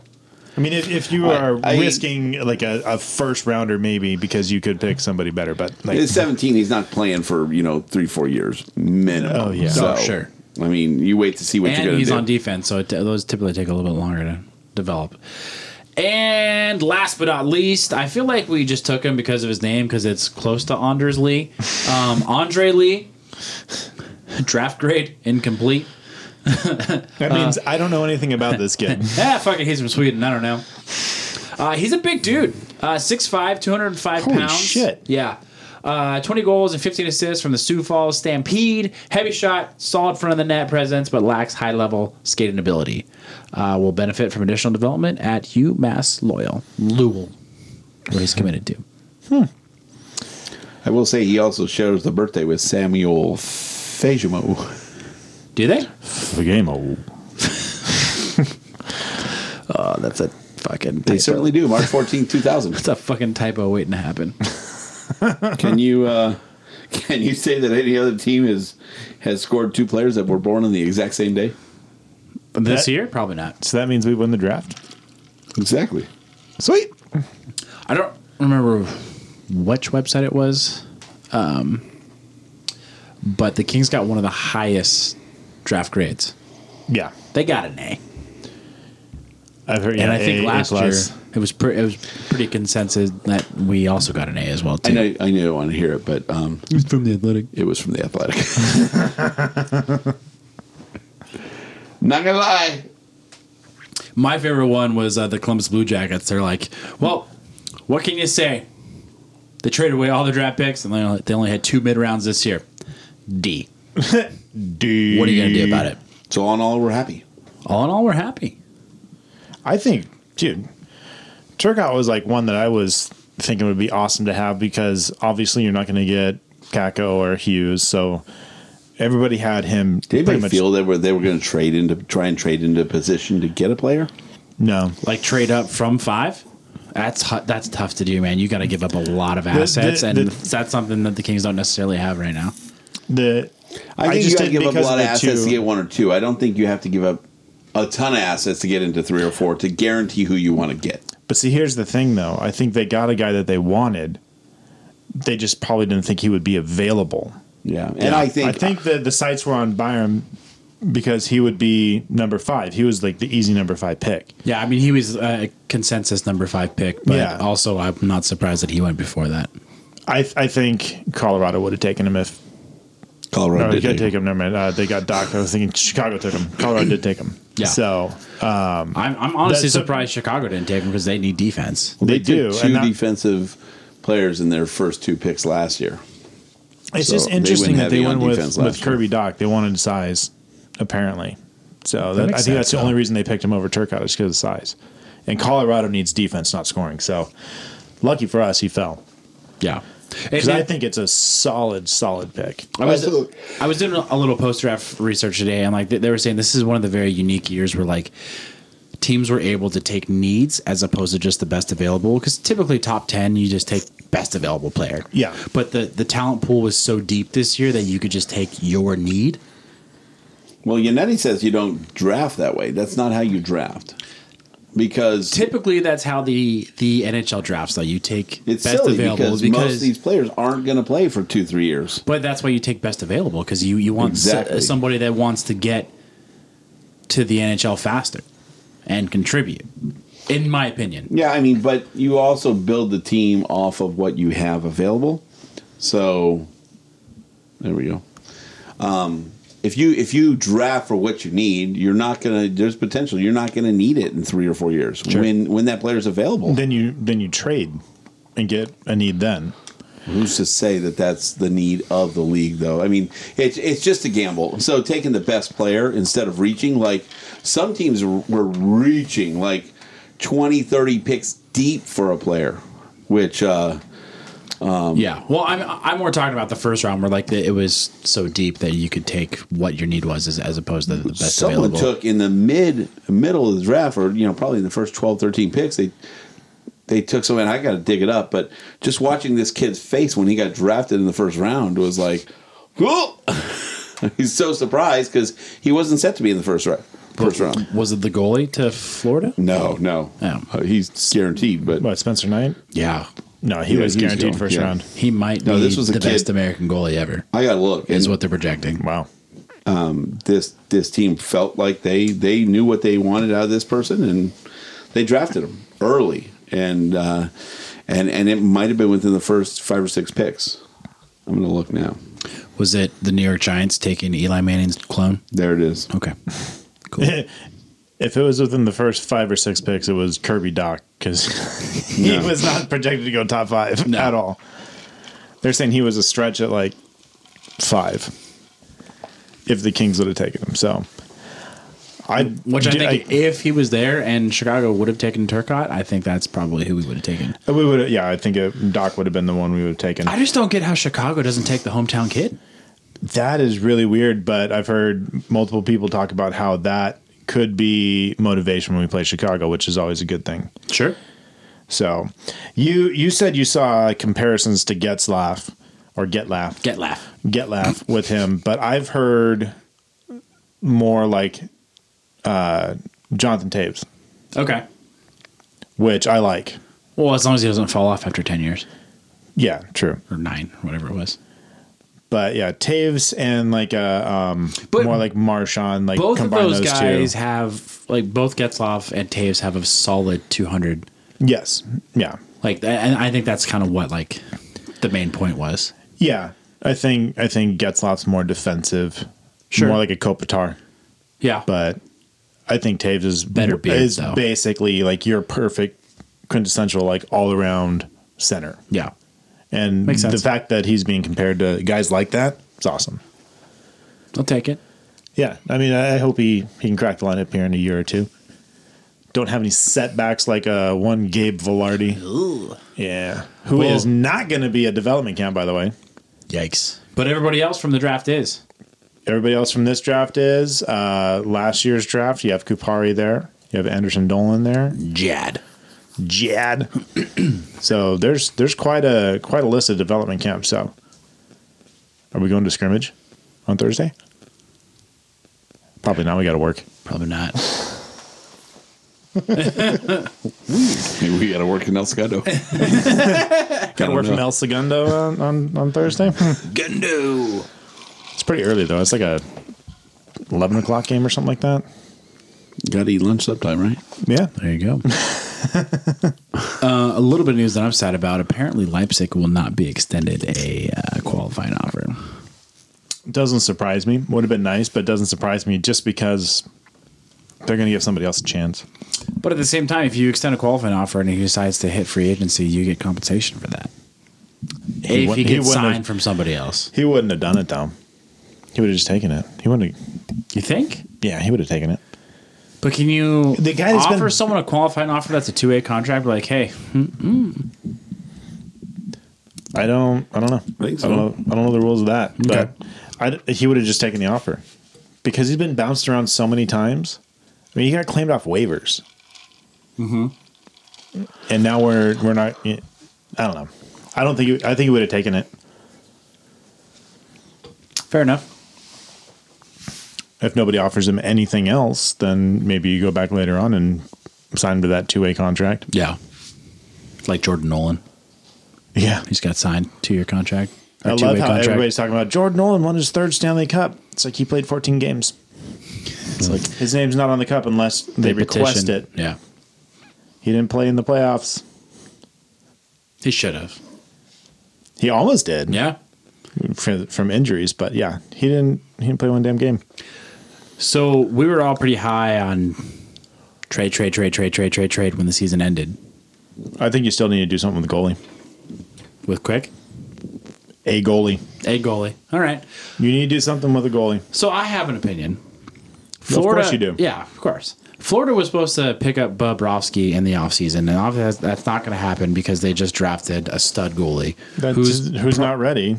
Speaker 2: I mean, if, if you
Speaker 3: I-
Speaker 2: are
Speaker 3: I-
Speaker 2: risking like a, a first rounder, maybe because you could pick somebody better, but like,
Speaker 3: At 17, he's not playing for, you know, three, four years minimum.
Speaker 2: Oh, yeah.
Speaker 3: So,
Speaker 4: Oh, sure.
Speaker 3: I mean, you wait to see what you're
Speaker 4: and
Speaker 3: going to
Speaker 4: he's
Speaker 3: do.
Speaker 4: on defense, so it, those typically take a little bit longer to develop. And last but not least, I feel like we just took him because of his name because it's close to Anders Lee. Um, Andre Lee, draft grade incomplete.
Speaker 2: that means I don't know anything about this kid.
Speaker 4: Ah, fuck it, he's from Sweden. I don't know. Uh, he's a big dude. Uh, 6'5", 205
Speaker 2: Holy
Speaker 4: pounds.
Speaker 2: shit.
Speaker 4: Yeah. Uh, 20 goals and 15 assists from the Sioux Falls Stampede. Heavy shot, solid front of the net presence, but lacks high level skating ability. Uh, will benefit from additional development at UMass Loyal. Lowell, what he's committed to.
Speaker 3: I will say he also shares the birthday with Samuel Fajimo.
Speaker 4: Do they?
Speaker 2: the game. Oh,
Speaker 4: Oh, that's a fucking.
Speaker 3: They certainly do. March 14, 2000.
Speaker 4: It's a fucking typo waiting to happen.
Speaker 3: Can you uh, can you say that any other team is has scored two players that were born on the exact same day?
Speaker 4: this
Speaker 2: That-
Speaker 4: year? Probably not.
Speaker 2: so that means we won the draft.
Speaker 3: Exactly.
Speaker 2: Sweet.
Speaker 4: I don't remember which website it was, um, but the Kings got one of the highest draft grades.
Speaker 2: Yeah,
Speaker 4: They got an A,
Speaker 2: I've heard. Yeah,
Speaker 4: and I think
Speaker 2: A- A
Speaker 4: last year
Speaker 2: plus.
Speaker 4: it was pre- it was pretty consensus that we also got an A as well
Speaker 3: I
Speaker 4: too.
Speaker 3: know I know you don't want to hear it, but um,
Speaker 4: It was from the Athletic.
Speaker 3: it was from the athletic. Not gonna lie.
Speaker 4: My favorite one was uh, the Columbus Blue Jackets. They're like, well, what can you say? They traded away all their draft picks, and they only, they only had two mid rounds this year. D.
Speaker 2: Dude,
Speaker 4: What are you going to do about it?
Speaker 3: So all in all, we're happy.
Speaker 4: All in all, we're happy.
Speaker 2: I think, dude, Turcotte was like one that I was thinking would be awesome to have because obviously you're not going to get Kako or Hughes, so everybody had him
Speaker 3: Did
Speaker 2: pretty
Speaker 3: anybody
Speaker 2: much.
Speaker 3: feel that were they were going to trade into try and trade into a position to get a player?
Speaker 2: no,
Speaker 4: like trade up from five. That's hu- that's tough to do, man. You got to give up a lot of assets,
Speaker 2: the-
Speaker 4: and
Speaker 2: the-
Speaker 4: that's something that the Kings don't necessarily have right now.
Speaker 2: the
Speaker 3: I think you
Speaker 2: just
Speaker 3: got to
Speaker 2: didn't
Speaker 3: give up a
Speaker 2: because
Speaker 3: lot
Speaker 2: the
Speaker 3: of assets
Speaker 2: two-
Speaker 3: to get one or two. I don't think you have to give up a ton of assets to get into three or four to guarantee who you want to get.
Speaker 2: But see, here's the thing, though. I think they got a guy that they wanted. They just probably didn't think he would be available.
Speaker 3: Yeah, and I think
Speaker 2: I think the the sites were on Byram because he would be number five. He was like the easy number five pick.
Speaker 4: Yeah, I mean he was uh, a consensus number five pick, but
Speaker 2: Yeah.
Speaker 4: also I'm not surprised that he went before that.
Speaker 2: I I think Colorado would have taken him if
Speaker 3: Colorado
Speaker 2: No, they
Speaker 3: did
Speaker 2: did
Speaker 3: take
Speaker 2: take him. Never mind. Uh, they got docked. I was thinking Chicago took him. Colorado did take him.
Speaker 4: Yeah.
Speaker 2: So
Speaker 4: I'm, I'm honestly
Speaker 2: That's-
Speaker 4: surprised Chicago didn't take him because they need defense.
Speaker 2: they,
Speaker 3: they,
Speaker 2: do.
Speaker 3: took two
Speaker 2: And that-
Speaker 3: defensive players in their first two picks last year.
Speaker 2: it's
Speaker 3: so
Speaker 2: just
Speaker 3: they went
Speaker 2: interesting that they
Speaker 3: heavy on
Speaker 2: went with,
Speaker 3: defense last
Speaker 2: with
Speaker 3: year.
Speaker 2: Kirby Doc. They wanted size, apparently. So that, I
Speaker 4: makes
Speaker 2: think that's
Speaker 4: sense,
Speaker 2: the only
Speaker 4: though.
Speaker 2: reason they picked him over Turcotte is because of size. And Colorado needs defense, not scoring. So lucky for us, he fell.
Speaker 4: Yeah,
Speaker 2: Because I think it's a solid, solid pick.
Speaker 4: I was I was doing a little post draft research today, and like they, they were saying, this is one of the very unique years where like teams were able to take needs as opposed to just the best available. Because typically top ten, you just take best available player.
Speaker 2: Yeah.
Speaker 4: but the the talent pool was so deep this year that you could just take your need.
Speaker 3: Well, Yannetti says you don't draft that way. That's not how you draft. Because
Speaker 4: Typically, that's how the the NHL drafts though. You take
Speaker 3: it's
Speaker 4: best
Speaker 3: silly
Speaker 4: available
Speaker 3: because,
Speaker 4: because,
Speaker 3: most of these players aren't going to play for two, three years.
Speaker 4: but that's why you take best available because you you want s-
Speaker 3: Exactly.
Speaker 4: somebody that wants to get to the NHL faster. and contribute, in my opinion.
Speaker 3: Yeah, I mean, but you also build the team off of what you have available. So there we go. Um, if you if you draft for what you need, you're not gonna. There's potential. You're not gonna need it in three or four years when when that player's available.
Speaker 2: Then you then you trade and get a need then.
Speaker 3: Who's to say that that's the need of the league, though? I mean, it's it's just a gamble. So taking the best player instead of reaching, like some teams were reaching like 20, 30 picks deep for a player, which uh, Mm-hmm.
Speaker 4: yeah. Well, I'm I'm more talking about the first round where like the, it was so deep that you could take what your need was as, as opposed to the best
Speaker 3: someone
Speaker 4: available.
Speaker 3: took in the mid middle of the draft, or you know, probably in the first 12, 13 picks. They they took someone. I got to dig it up, but just watching this kid's face when he got drafted in the first round was like, "Whoa!" He's so surprised because he wasn't set to be in the first round. First round.
Speaker 4: was it the goalie to Florida?
Speaker 3: No, no.
Speaker 4: Yeah.
Speaker 3: Uh, he's guaranteed, but
Speaker 2: What Spencer Knight?
Speaker 4: Yeah.
Speaker 2: No, he
Speaker 3: Yeah,
Speaker 2: was
Speaker 3: he was
Speaker 2: guaranteed
Speaker 3: young,
Speaker 2: first
Speaker 3: yeah.
Speaker 2: round.
Speaker 4: He might
Speaker 3: No,
Speaker 4: be
Speaker 3: this was a
Speaker 4: the
Speaker 3: kid-
Speaker 4: best American goalie ever,
Speaker 3: I got to look.
Speaker 4: is
Speaker 3: And
Speaker 4: what they're projecting.
Speaker 2: Wow.
Speaker 3: um, this this team felt like they they knew what they wanted out of this person, and they drafted him early, and uh, and and it might have been within the first five or six picks. I'm gonna look now.
Speaker 4: Was it the New York Giants taking Eli Manning's clone?
Speaker 3: There it is.
Speaker 4: Okay. Cool.
Speaker 2: If it was within the first five or six picks, it was Kirby Doc because he
Speaker 3: No.
Speaker 2: was not projected to go top five
Speaker 4: No.
Speaker 2: at all. They're saying he was a stretch at like five if the Kings would have taken him. So I,
Speaker 4: Which I
Speaker 2: do-
Speaker 4: think, uh, if he was there and Chicago would have taken Turcotte, I think that's probably who we would have taken.
Speaker 2: I- we would. Yeah, I think it, Doc would have been the one we would have taken.
Speaker 4: I just don't get how Chicago doesn't take the hometown kid.
Speaker 2: That is really weird, but I've heard multiple people talk about how that could be motivation when we play Chicago, which is always a good thing.
Speaker 4: Sure.
Speaker 2: So, you you said you saw comparisons to Getzlaff or Getlaff
Speaker 4: Get laugh.
Speaker 2: Getlaff with him, but I've heard more like uh, Jonathan Taves,
Speaker 4: Okay.
Speaker 2: which I like.
Speaker 4: Well, as long as he doesn't fall off after 10 years
Speaker 2: Yeah, true.
Speaker 4: or nine, or whatever it was.
Speaker 2: But yeah, Taves and like a um,
Speaker 4: But
Speaker 2: more like Marshawn, like
Speaker 4: Both of
Speaker 2: combine
Speaker 4: those,
Speaker 2: those,
Speaker 4: guys
Speaker 2: two.
Speaker 4: have, like, both Getzloff and Taves have a solid 200.
Speaker 2: Yes, yeah.
Speaker 4: Like, th- and I think that's kind of what, like, the main point was.
Speaker 2: Yeah, I think I think Getzloff's more defensive,
Speaker 4: Sure.
Speaker 2: more like a Kopitar,
Speaker 4: Yeah.
Speaker 2: but I think Taves is
Speaker 4: Better beard,
Speaker 2: is
Speaker 4: though.
Speaker 2: basically like your perfect quintessential like all around center,
Speaker 4: yeah.
Speaker 2: and
Speaker 4: Makes sense.
Speaker 2: the fact that he's being compared to guys like that is awesome.
Speaker 4: I'll take it.
Speaker 2: Yeah, I mean, I I hope he he can crack the lineup here in a year or two. Don't have any setbacks like uh, one Gabe Velarde. Yeah, who is
Speaker 4: Well-
Speaker 2: not going to be a development camp, by the way.
Speaker 4: Yikes. But everybody else from the draft is.
Speaker 2: Everybody else from this draft is uh, last year's draft. You have Kupari there. You have Anderson Dolan there.
Speaker 4: Jad.
Speaker 2: Jad. so there's there's quite a quite a list of development camps. So are we going to scrimmage on Thursday? Probably not. We got to work.
Speaker 4: Probably not.
Speaker 3: We got to work in El Segundo.
Speaker 2: Got to work from El Segundo on, on, on Thursday. Hmm.
Speaker 4: Gundo.
Speaker 2: it's pretty early though. It's like a eleven o'clock game or something like that.
Speaker 3: got to eat lunch sometime, right?
Speaker 2: Yeah.
Speaker 4: There you go. uh, a little bit of news that I'm sad about. Apparently, Leipzig will not be extended a uh, qualifying offer.
Speaker 2: doesn't surprise me. Would have been nice, but doesn't surprise me just because they're going to give somebody else a chance.
Speaker 4: But at the same time, if you extend a qualifying offer and he decides to hit free agency, you get compensation for that. if
Speaker 2: wouldn't- he
Speaker 4: he gets
Speaker 2: wouldn't have-
Speaker 4: signed from somebody else,
Speaker 2: He wouldn't have done it though. He would have just taken it. He wouldn't. Have,
Speaker 4: you think?
Speaker 2: yeah, he would have taken it.
Speaker 4: But can you
Speaker 2: The guy that's
Speaker 4: offer
Speaker 2: been-
Speaker 4: someone a qualifying offer that's a two way contract? Like, hey,
Speaker 2: I don't. I don't know.
Speaker 3: I think so.
Speaker 2: don't know. I don't know the rules of that. But I d he would have just taken the offer because he's been bounced around so many times. I mean, he got claimed off waivers. Mm-hmm. And now we're we're not. I don't know. I don't think. He, I think he would have taken it
Speaker 4: fair enough.
Speaker 2: if nobody offers him anything else. Then maybe you go back later on and sign him to that two way contract.
Speaker 4: Yeah. Like Jordan Nolan.
Speaker 2: Yeah.
Speaker 4: He's got signed two year contract. or
Speaker 2: I love
Speaker 4: two-way
Speaker 2: how everybody's talking about Jordan Nolan won his third Stanley Cup. It's like he played 14 games.
Speaker 4: It's like
Speaker 2: His name's not on the cup unless they, request
Speaker 4: petition.
Speaker 2: it.
Speaker 4: Yeah,
Speaker 2: He didn't play in the playoffs.
Speaker 4: he should have.
Speaker 2: He almost did
Speaker 4: Yeah.
Speaker 2: from, from injuries, but yeah, he didn't. He didn't play one damn game.
Speaker 4: So we were all pretty high on trade, trade, trade, trade, trade, trade, trade when the season ended
Speaker 2: I think you still need to do something with the goalie.
Speaker 4: with Quick,
Speaker 2: A goalie.
Speaker 4: a goalie. All right.
Speaker 2: You need to do something with a goalie.
Speaker 4: So I have an opinion.
Speaker 2: Of
Speaker 4: Florida,
Speaker 2: course you do.
Speaker 4: Yeah, of course. Florida was supposed to pick up Bobrovsky in the offseason, and obviously that's- that's not going to happen because they just drafted a stud goalie.
Speaker 2: That's,
Speaker 4: who's
Speaker 2: who's not ready?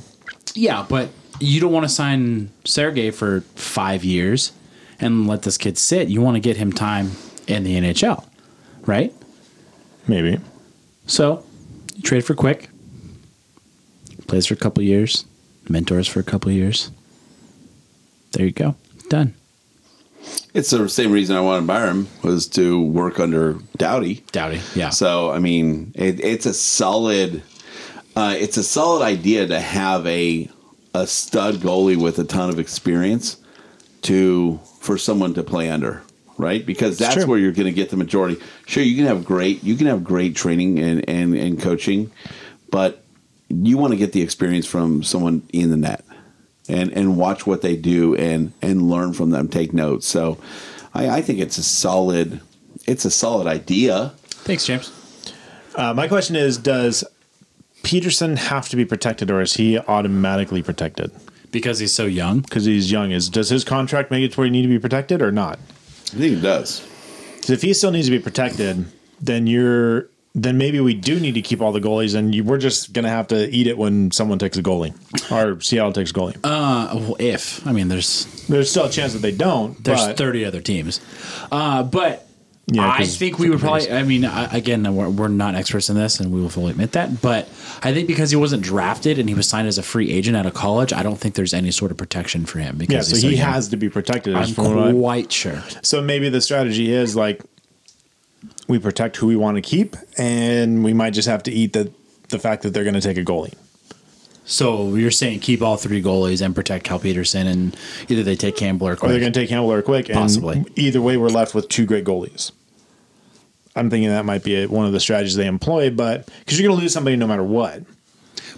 Speaker 4: yeah, but you don't want to sign Sergey for five years and let this kid sit. You want to get him time in the NHL, right?
Speaker 2: Maybe.
Speaker 4: So you trade for Quick, plays for a couple years, mentors for a couple years. There you go, done.
Speaker 3: It's the same reason I wanted Byram was to work under Dowdy.
Speaker 4: Dowdy, yeah.
Speaker 3: So I mean, it, it's a solid, uh, it's a solid idea to have a a stud goalie with a ton of experience to for someone to play under, right? Because that's where you're going to get the majority. Sure, you can have great, you can have great training and and, and coaching, but you want to get the experience from someone in the net and and watch what they do and and learn from them, take notes. So I, I think it's a solid. It's a solid idea.
Speaker 4: Thanks, James.
Speaker 2: Uh, my question is: Does Peterson have to be protected, or is he automatically protected?
Speaker 4: Because he's so young.
Speaker 2: Because he's young. Is does his contract make it to where he need to be protected or not?
Speaker 3: I think it does.
Speaker 2: Because if he still needs to be protected, then you're then maybe we do need to keep all the goalies, and you, we're just gonna have to eat it when someone takes a goalie or Seattle takes a goalie.
Speaker 4: Uh, well, if I mean, there's
Speaker 2: There's still a chance that they don't.
Speaker 4: there's
Speaker 2: but
Speaker 4: 30 other teams, uh, but
Speaker 2: Yeah,
Speaker 4: I
Speaker 2: 'cause
Speaker 4: think we would probably. I mean, I, again, we're, we're not experts in this, and we will fully admit that. But I think because he wasn't drafted and he was signed as a free agent out of college, I don't think there's any sort of protection for him. Because
Speaker 2: yeah, so
Speaker 4: he's so
Speaker 2: he
Speaker 4: young.
Speaker 2: has to be protected. is
Speaker 4: I'm
Speaker 2: from what I-
Speaker 4: quite sure.
Speaker 2: So maybe the strategy is like we protect who we want to keep, and we might just have to eat the the fact that they're going to take a goalie.
Speaker 4: So you're saying keep all three goalies and protect Cal Peterson, and either they take Campbell or
Speaker 2: Or they're
Speaker 4: Quick.
Speaker 2: going to take Campbell or Quick. And
Speaker 4: Possibly.
Speaker 2: Either way, we're left with two great goalies. I'm thinking that might be one of the strategies they employ, but because you're going to lose somebody no matter what.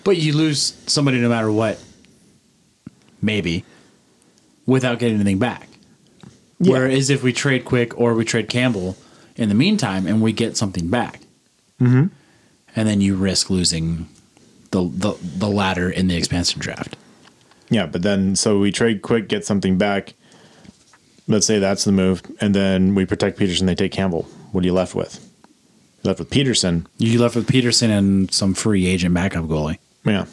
Speaker 4: But you lose somebody no matter what, maybe, without getting anything back. Whereas if we trade Quick or we trade Campbell in the meantime and we get something back, and then you risk losing the, the the latter in the expansion draft.
Speaker 2: Yeah, but then so we trade Quick, get something back. Let's say that's the move, and then we protect Peterson. They take Campbell. What are you left with? You're left with Peterson.
Speaker 4: You left with Peterson and some free agent backup goalie,
Speaker 2: Yeah,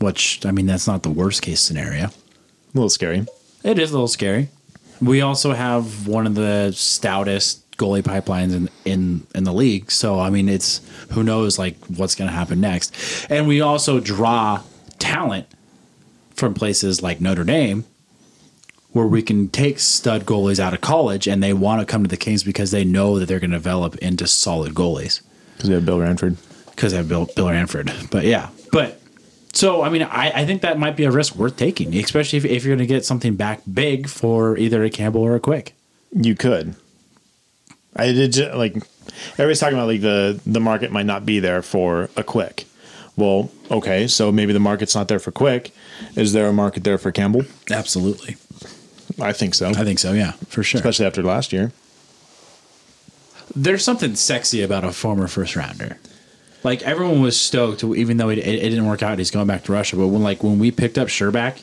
Speaker 2: a
Speaker 4: which I mean that's not the worst case scenario.
Speaker 2: little scary.
Speaker 4: It is a little scary. We also have one of the stoutest goalie pipelines in in, in the league. So I mean, it's who knows like what's going to happen next. And we also draw talent from places like Notre Dame, where we can take stud goalies out of college and they want to come to the Kings because they know that they're going to develop into solid goalies
Speaker 2: Because we have Bill Ranford.
Speaker 4: because I have Bill, Bill Ranford. But yeah, but so I mean, I, I think that might be a risk worth taking, especially if, if you're going to get something back big for either a Campbell or a Quick.
Speaker 2: You could. I did ju- like everybody's talking about like the the market might not be there for a quick. Well, okay, so maybe the market's not there for quick. Is there a market there for Campbell?
Speaker 4: Absolutely,
Speaker 2: I think so,
Speaker 4: I think so. Yeah, for sure.
Speaker 2: especially after last year.
Speaker 4: There's something sexy about a former first rounder. Like everyone was stoked, even though it, it, it didn't work out. He's going back to Russia, but when like when we picked up Sherback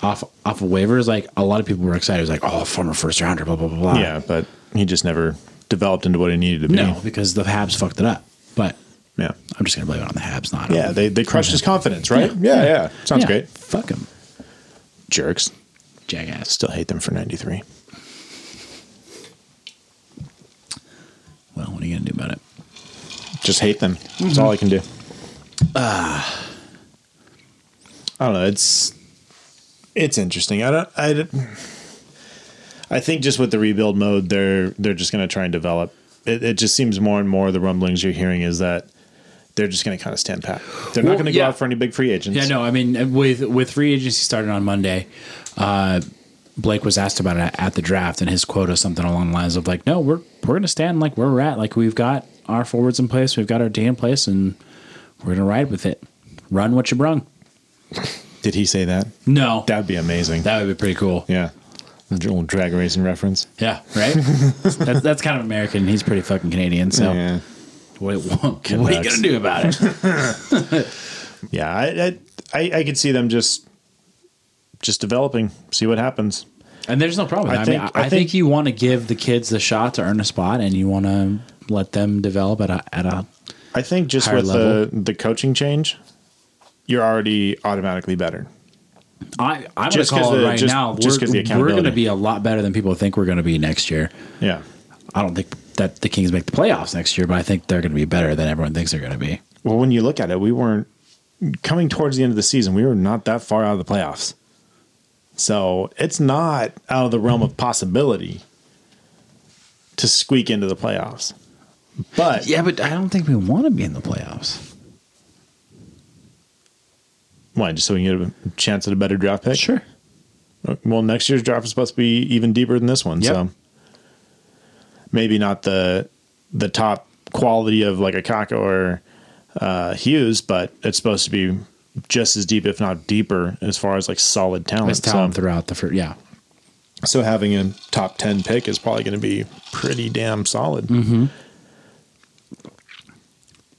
Speaker 4: off off of waivers, like a lot of people were excited. It was like, oh, former first rounder, blah blah blah blah.
Speaker 2: Yeah, but he just never developed into what he needed to be.
Speaker 4: no, because the Habs fucked it up. But
Speaker 2: Yeah,
Speaker 4: I'm just gonna blame it on the Habs, not on
Speaker 2: yeah, they they crushed his confidence, right? Yeah, yeah, sounds great.
Speaker 4: Fuck him,
Speaker 2: Jerks,
Speaker 4: jackass.
Speaker 2: still hate them for '93.
Speaker 4: Well, what are you gonna do about it?
Speaker 2: Just hate them. That's all I can do. I don't know. It's it's interesting. I don't. I. don't- I think just with the rebuild mode, they're they're just going to try and develop. It, it just seems more and more the rumblings you're hearing is that they're just going to kind of stand pat. They're
Speaker 4: Well,
Speaker 2: not going to
Speaker 4: yeah.
Speaker 2: go out for any big free agents.
Speaker 4: Yeah, no, I mean with with free agency starting on Monday, uh, Blake was asked about it at the draft, and his quote is something along the lines of like, "No, we're we're gonna stand like where we're at. Like we've got our forwards in place, we've got our D in place, and we're gonna ride with it. Run what you brung."
Speaker 2: Did he say that?
Speaker 4: No, that,
Speaker 2: That'd be amazing.
Speaker 4: would be pretty cool.
Speaker 2: yeah. A little drag racing reference.
Speaker 4: Yeah, right. that's, that's kind of American. He's pretty fucking Canadian. So
Speaker 2: Yeah.
Speaker 4: what, what, what are you
Speaker 2: luck.
Speaker 4: gonna do about it?
Speaker 2: Yeah, I, I I I could see them just just developing, see what happens.
Speaker 4: And there's no problem.
Speaker 2: I
Speaker 4: I,
Speaker 2: think-
Speaker 4: mean, I,
Speaker 2: I
Speaker 4: I think,
Speaker 2: think-
Speaker 4: you want to give the kids the shot to earn a spot, and you want to let them develop at a at a.
Speaker 2: I think just
Speaker 4: Higher
Speaker 2: with
Speaker 4: level.
Speaker 2: the the coaching change, you're already automatically better.
Speaker 4: I I'm gonna
Speaker 2: Just 'cause
Speaker 4: call it
Speaker 2: the-
Speaker 4: right
Speaker 2: just-
Speaker 4: now.
Speaker 2: just
Speaker 4: we're
Speaker 2: 'cause the
Speaker 4: we're
Speaker 2: accountability.
Speaker 4: going to be a lot better than people think we're going to be next year.
Speaker 2: Yeah.
Speaker 4: I don't think that the Kings make the playoffs next year, but I think they're going to be better than everyone thinks they're going to be.
Speaker 2: Well, when you look at it, we weren't coming towards the end of the season. We were not that far out of the playoffs, so it's not out of the realm of possibility to squeak into the playoffs. But
Speaker 4: Yeah, but I don't think we want to be in the playoffs.
Speaker 2: why? Just so we can get a chance at a better draft pick. Well, next year's draft is supposed to be even deeper than this one,
Speaker 4: Yep.
Speaker 2: so maybe not the the top quality of like a Kaka or uh, Hughes, but it's supposed to be just as deep, if not deeper, as far as like solid talent.
Speaker 4: it's talent
Speaker 2: so,
Speaker 4: throughout the first. Yeah,
Speaker 2: so having a top ten pick is probably going to be pretty damn solid.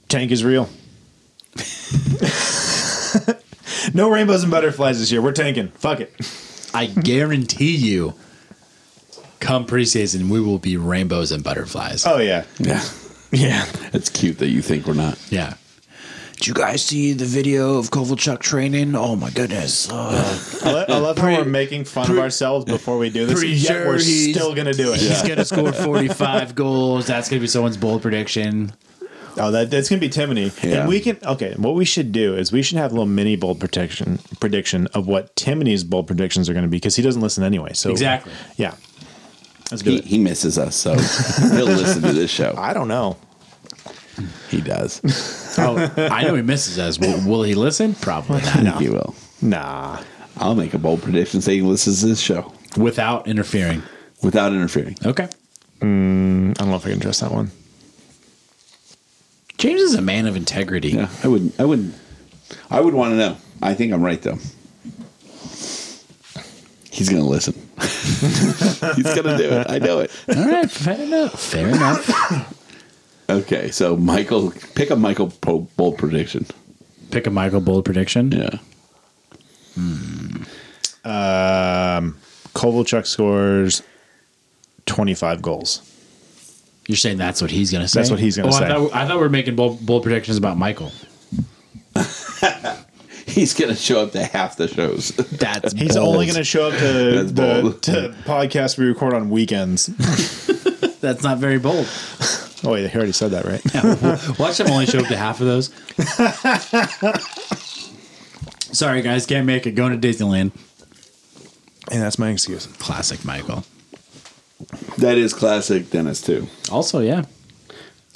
Speaker 2: Tank is real. no rainbows and butterflies this year. We're tanking. Fuck it.
Speaker 4: I guarantee you. Come preseason, we will be rainbows and butterflies.
Speaker 2: Oh yeah,
Speaker 3: Yeah.
Speaker 2: yeah.
Speaker 3: It's cute that you think we're not.
Speaker 4: Yeah.
Speaker 5: Did you guys see the video of Kovalchuk training? Oh my goodness!
Speaker 2: I lo- I love how we're making fun of ourselves before we do this,
Speaker 4: pretty
Speaker 2: yet
Speaker 4: sure
Speaker 2: we're
Speaker 4: he's-
Speaker 2: still gonna do it.
Speaker 4: He's gonna score 45 goals. That's gonna be someone's bold prediction.
Speaker 2: Oh, that, that's gonna be Timoney,
Speaker 3: Yeah.
Speaker 2: and we can. Okay, what we should do is we should have a little mini bold prediction prediction of what Timoney's bold predictions are gonna be because he doesn't listen anyway. So
Speaker 4: Exactly.
Speaker 2: yeah. Let's do
Speaker 3: He,
Speaker 2: it.
Speaker 3: he misses us, so he'll listen to this show.
Speaker 2: I don't know.
Speaker 3: He does.
Speaker 4: Oh, I know he misses us. Will, will he listen? Probably not.
Speaker 3: He will.
Speaker 2: Nah,
Speaker 3: I'll make a bold prediction saying he listens to this show
Speaker 4: Without interfering.
Speaker 3: without interfering.
Speaker 4: Okay.
Speaker 2: I don't know if I can trust that one.
Speaker 4: James is a man of integrity.
Speaker 3: Yeah, I wouldn't. I wouldn't. I would want to know. I think I'm right though. He's gonna listen. He's gonna do it. I know it.
Speaker 4: All right, fair enough. Fair enough.
Speaker 3: Okay, so Michael, pick a Michael po- bold prediction.
Speaker 4: Pick a Michael bold prediction.
Speaker 3: Yeah,
Speaker 2: Um, Kovalchuk scores twenty five goals.
Speaker 4: You're saying that's what he's gonna say.
Speaker 2: That's what he's gonna
Speaker 4: Oh,
Speaker 2: say.
Speaker 4: I thought, I thought we were making bold, bold predictions about Michael.
Speaker 3: he's gonna show up to half the shows.
Speaker 4: That's
Speaker 2: He's
Speaker 4: bold.
Speaker 2: only gonna show up to
Speaker 3: That's
Speaker 2: the
Speaker 3: bold.
Speaker 2: to podcast we record on weekends.
Speaker 4: That's not very bold.
Speaker 2: Oh wait, he already said that, right?
Speaker 4: Watch him only show up to half of those. Sorry, guys, can't make it. Going to Disneyland.
Speaker 2: And that's my excuse.
Speaker 4: Classic Michael.
Speaker 3: that is classic Dennis too.
Speaker 4: Also, yeah.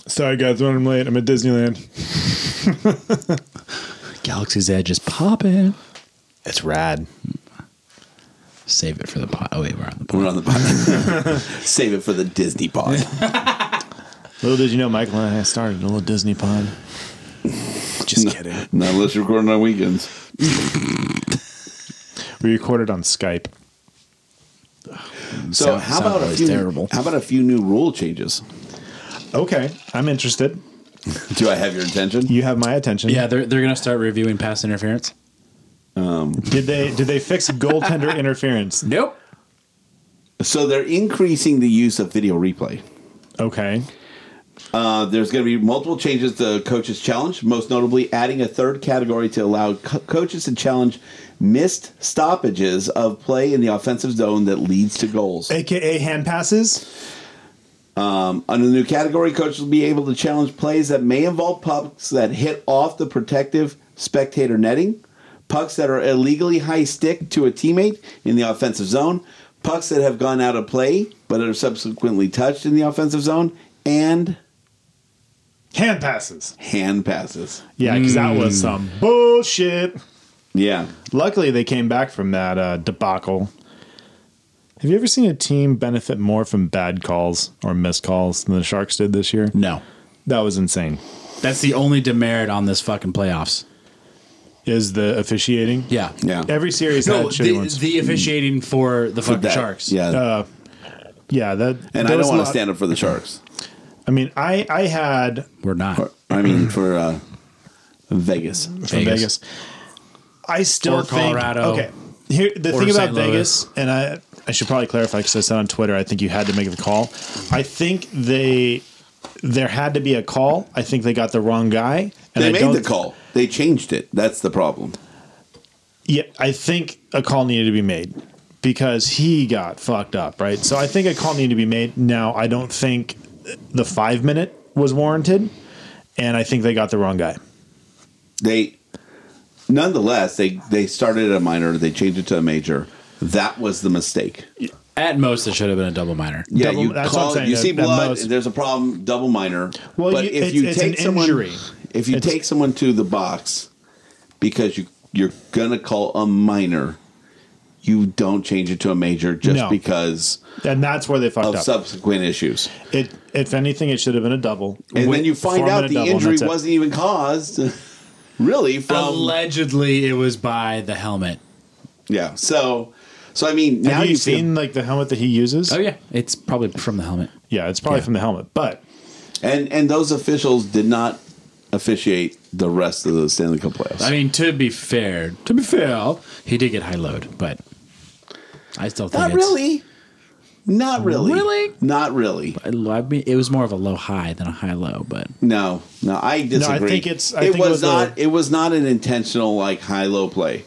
Speaker 2: Sorry guys, when I'm late, I'm at Disneyland.
Speaker 4: Galaxy's Edge is popping.
Speaker 2: It's rad.
Speaker 4: Save it for the pot. Oh wait, we're on the pot.
Speaker 3: We're on the pod. Save it for the Disney pod.
Speaker 2: Little did you know, Michael and I started a little Disney pod. Just kidding.
Speaker 3: Not unless you're recording on weekends.
Speaker 2: We recorded on Skype.
Speaker 3: So
Speaker 4: Sound-
Speaker 3: how
Speaker 4: sound
Speaker 3: about a
Speaker 4: always
Speaker 3: few?
Speaker 4: terrible.
Speaker 3: How about a few new rule changes?
Speaker 2: Okay, I'm interested.
Speaker 3: Do I have your attention?
Speaker 2: You have my attention.
Speaker 4: Yeah, they're they're gonna start reviewing pass interference.
Speaker 2: Did they did they fix goaltender interference?
Speaker 4: Nope.
Speaker 3: So they're increasing the use of video replay.
Speaker 2: Okay.
Speaker 3: Uh, there's going to be multiple changes to coaches challenge, most notably adding a third category to allow co- coaches to challenge missed stoppages of play in the offensive zone that leads to goals.
Speaker 2: AKA hand passes.
Speaker 3: Under the new category, coaches will be able to challenge plays that may involve pucks that hit off the protective spectator netting, pucks that are illegally high stick to a teammate in the offensive zone, pucks that have gone out of play but are subsequently touched in the offensive zone, and
Speaker 2: Hand passes. Hmm.
Speaker 3: hand passes.
Speaker 2: Yeah, because that was some bullshit.
Speaker 3: Yeah.
Speaker 2: Luckily, they came back from that uh, debacle Have you ever seen a team benefit more from bad calls or missed calls than the Sharks did this year?
Speaker 4: No.
Speaker 2: That was insane.
Speaker 4: That's the only demerit on this fucking playoffs.
Speaker 2: Is the officiating?
Speaker 4: Yeah.
Speaker 3: Yeah.
Speaker 2: Every series
Speaker 4: No,
Speaker 2: had shitty
Speaker 4: the,
Speaker 2: ones.
Speaker 4: the officiating for the fucking
Speaker 3: That-
Speaker 4: Sharks.
Speaker 3: Yeah.
Speaker 2: yeah, that. that
Speaker 3: and I
Speaker 2: Uh, was
Speaker 3: don't
Speaker 2: a
Speaker 3: want to
Speaker 2: lot-
Speaker 3: stand up for the Sharks.
Speaker 2: I mean, I I had
Speaker 4: We're not.
Speaker 3: Or- I mean, for uh, Vegas.
Speaker 2: from Vegas. I still
Speaker 4: Or
Speaker 2: think-
Speaker 4: Colorado.
Speaker 2: okay, here the
Speaker 4: Or
Speaker 2: thing about
Speaker 4: St. Louis.
Speaker 2: Vegas, and I I should probably clarify because I said on Twitter I think you had to make the call. I think they there had to be a call. I think they got the wrong guy. And
Speaker 3: They
Speaker 2: I
Speaker 3: made
Speaker 2: don't-
Speaker 3: the call. They changed it. That's the problem.
Speaker 2: Yeah, I think a call needed to be made because he got fucked up, right? So I think a call needed to be made. Now I don't think the five minute was warranted, and I think they got the wrong guy.
Speaker 3: They, nonetheless, they they started at a minor. They changed it to a major. That was the mistake.
Speaker 4: At most, it should have been a double minor.
Speaker 3: Yeah,
Speaker 2: Double-
Speaker 3: you
Speaker 2: that's what I'm
Speaker 3: call.
Speaker 2: saying,
Speaker 3: you
Speaker 2: at-
Speaker 3: see
Speaker 2: at
Speaker 3: blood.
Speaker 2: most.
Speaker 3: There's a problem. Double minor.
Speaker 2: Well,
Speaker 3: but
Speaker 2: you-
Speaker 3: if
Speaker 2: it's-
Speaker 3: you
Speaker 2: it's
Speaker 3: take
Speaker 2: an
Speaker 3: someone,
Speaker 2: injury.
Speaker 3: if you
Speaker 2: It's-
Speaker 3: take someone to the box because you you're gonna call a minor, you don't change it to a major just
Speaker 2: No.
Speaker 3: because
Speaker 2: And that's where they fucked
Speaker 3: of
Speaker 2: up.
Speaker 3: subsequent issues.
Speaker 2: It, if anything, it should have been a double.
Speaker 3: And
Speaker 2: Wait,
Speaker 3: then you find
Speaker 2: perform in
Speaker 3: out
Speaker 2: a
Speaker 3: the
Speaker 2: double, and
Speaker 3: injury
Speaker 2: that's it.
Speaker 3: wasn't even caused, really from
Speaker 4: Allegedly, it was by the helmet.
Speaker 3: yeah. So, so I mean, now
Speaker 2: Have you,
Speaker 3: you feel-
Speaker 2: seen like the helmet that he uses?
Speaker 4: Oh yeah, it's probably from the helmet.
Speaker 2: Yeah, it's probably from the helmet, but
Speaker 3: and and those officials did not officiate the rest of the Stanley Cup playoffs.
Speaker 4: I mean, to be fair, to be fair, he did get high load, but I still think
Speaker 3: not
Speaker 4: it's,
Speaker 3: really, not really,
Speaker 4: Really?
Speaker 3: not really.
Speaker 4: I mean, it was more of a low high than a high low, but
Speaker 3: No, no, I disagree.
Speaker 2: think it's- I
Speaker 3: it
Speaker 2: think it
Speaker 3: was,
Speaker 2: was a-
Speaker 3: not. it was not an intentional like high low play.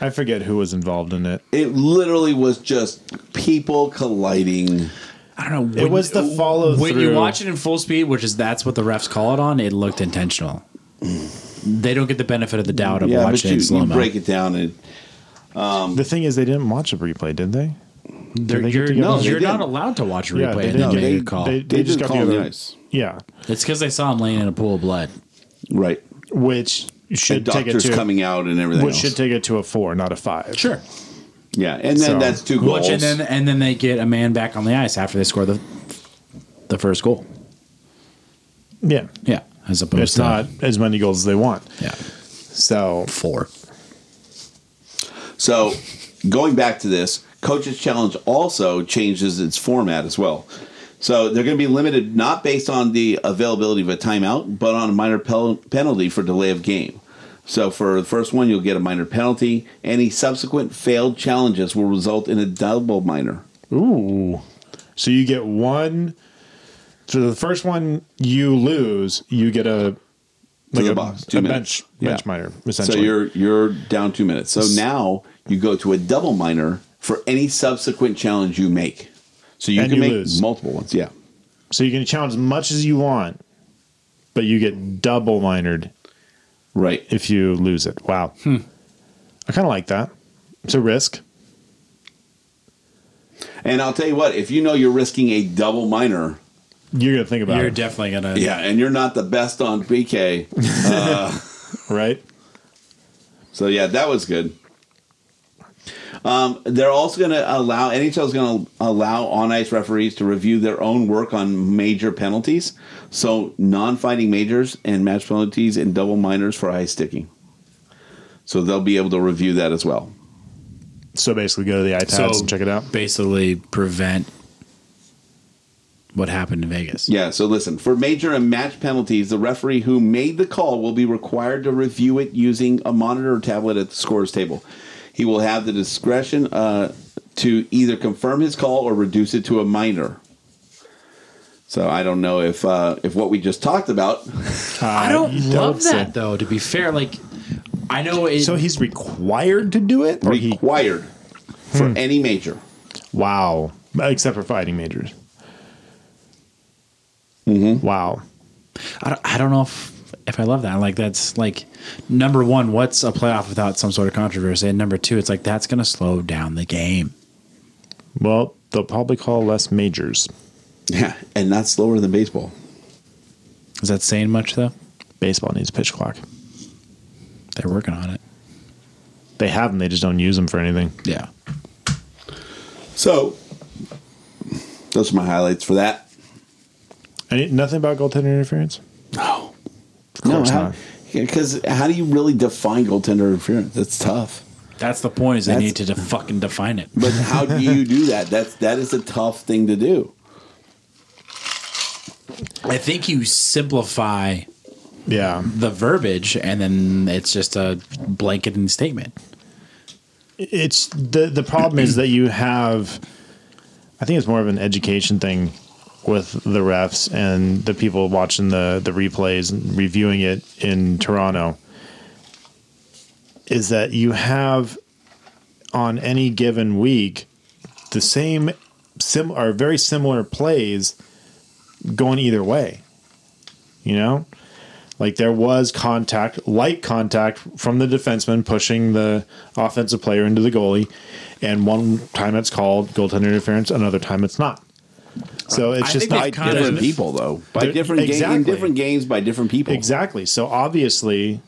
Speaker 2: I forget who was involved in it.
Speaker 3: It literally was just people colliding.
Speaker 4: I don't know.
Speaker 2: It was the follow
Speaker 4: When you
Speaker 2: through.
Speaker 4: watch it in full speed, which is that's what the refs call it on, it looked intentional. They don't get the benefit of the doubt of
Speaker 3: Yeah, but
Speaker 4: watching it
Speaker 3: you,
Speaker 4: in slow
Speaker 3: you
Speaker 4: mo.
Speaker 3: break it down and Um,
Speaker 2: The thing is, they didn't watch a replay, did they?
Speaker 4: You're,
Speaker 2: they get
Speaker 4: you're,
Speaker 2: together?
Speaker 3: No, they
Speaker 4: you're not
Speaker 3: didn't.
Speaker 4: allowed to watch a
Speaker 2: Yeah,
Speaker 4: replay
Speaker 2: they
Speaker 4: and then
Speaker 2: didn't
Speaker 4: make
Speaker 2: get-
Speaker 4: a call.
Speaker 2: They, they just
Speaker 3: didn't
Speaker 2: got the
Speaker 3: call
Speaker 2: other.
Speaker 3: the ice.
Speaker 2: Yeah,
Speaker 4: it's because they saw him laying in a pool of blood.
Speaker 3: right.
Speaker 2: which should
Speaker 3: And
Speaker 2: take it
Speaker 3: doctors
Speaker 2: to
Speaker 3: coming out and everything.
Speaker 2: which
Speaker 3: else.
Speaker 2: should take it to a four, not a five.
Speaker 4: Sure.
Speaker 3: Yeah, and then
Speaker 2: So-
Speaker 3: that's two goals.
Speaker 4: Which, and then and then they get a man back on the ice after they score the the first goal.
Speaker 2: Yeah,
Speaker 4: Yeah, as opposed
Speaker 2: it's
Speaker 4: to
Speaker 2: not as many goals as they want.
Speaker 4: yeah
Speaker 2: So
Speaker 4: four.
Speaker 3: so going back to this, Coaches Challenge also changes its format as well. So they're going to be limited not based on the availability of a timeout, but on a minor pel- penalty for delay of game. So for the first one, you'll get a minor penalty. Any subsequent failed challenges will result in a double minor.
Speaker 2: ooh, so you get one. So the first one you lose, you get a like
Speaker 3: the
Speaker 2: a,
Speaker 3: box, two
Speaker 2: a
Speaker 3: minutes.
Speaker 2: bench bench
Speaker 3: Yeah.
Speaker 2: minor
Speaker 3: So
Speaker 2: essentially.
Speaker 3: you're you're down two minutes. So now you go to a double minor for any subsequent challenge you make. So you
Speaker 2: And
Speaker 3: can
Speaker 2: you
Speaker 3: make
Speaker 2: lose.
Speaker 3: multiple ones. Yeah.
Speaker 2: So you can challenge as much as you want, but you get double minored
Speaker 3: Right.
Speaker 2: if you lose it. Wow.
Speaker 4: Hmm.
Speaker 2: I kind of like that. It's a risk.
Speaker 3: And I'll tell you what, if you know you're risking a double minor,
Speaker 2: You're going to think about
Speaker 4: You're
Speaker 2: it,
Speaker 4: definitely gonna
Speaker 3: yeah, and you're not the best on PK,
Speaker 2: right?
Speaker 3: so yeah, that was good. Um, they're also going to allow NHL is going to allow on ice referees to review their own work on major penalties, so non-fighting majors and match penalties and double minors for high sticking. So they'll be able to review that as well.
Speaker 2: So basically go to the iPads and check it out.
Speaker 4: Basically, prevent what happened in Vegas.
Speaker 3: Yeah, so listen, for major and match penalties, the referee who made the call will be required to review it using a monitor or tablet at the scores table. He will have the discretion uh, to either confirm his call or reduce it to a minor. So I don't know if uh, if what we just talked about.
Speaker 4: I don't
Speaker 2: Uh, you
Speaker 4: love
Speaker 2: say.
Speaker 4: that though. To be fair, like I know it.
Speaker 2: So he's required to do it? Hmm. Or he,
Speaker 3: required for any major.
Speaker 2: wow. Except for fighting majors. Wow.
Speaker 4: I, don't, I don't know if if I love that. Like that's like number one. What's a playoff without some sort of controversy? And number two, it's like that's gonna slow down the game.
Speaker 2: Well, they'll probably call less majors.
Speaker 3: Yeah, and not slower than baseball.
Speaker 4: Is that saying much though?
Speaker 2: Baseball needs a pitch clock.
Speaker 4: They're working on it.
Speaker 2: They have them, they just don't use them for anything.
Speaker 4: Yeah.
Speaker 3: So those are my highlights for that.
Speaker 2: Any, nothing about goaltender interference.
Speaker 3: No.
Speaker 6: course
Speaker 3: no,
Speaker 6: not.
Speaker 3: because how, do you really define goaltender interference? That's tough.
Speaker 4: That's the point. Is they
Speaker 3: That's-
Speaker 4: need to de- fucking define it.
Speaker 3: But how do you do that? That's that is a tough thing to do.
Speaker 4: I think you simplify
Speaker 2: Yeah,
Speaker 4: the verbiage, and then it's just a blanketing statement.
Speaker 2: it's the the problem is that you have. I think it's more of an education thing with the refs and the people watching the the replays and reviewing it in Toronto. Is that you have on any given week the same sim or very similar plays going either way. You know? Like there was contact, light contact from the defenseman pushing the offensive player into the goalie, and one time it's called goaltender interference, another time it's not. So it's
Speaker 4: I
Speaker 2: just
Speaker 4: think they've
Speaker 2: not
Speaker 4: kind of-
Speaker 3: Different people, though, by
Speaker 2: They're-
Speaker 3: different games, in
Speaker 2: exactly.
Speaker 3: different games by different people.
Speaker 2: Exactly. So obviously,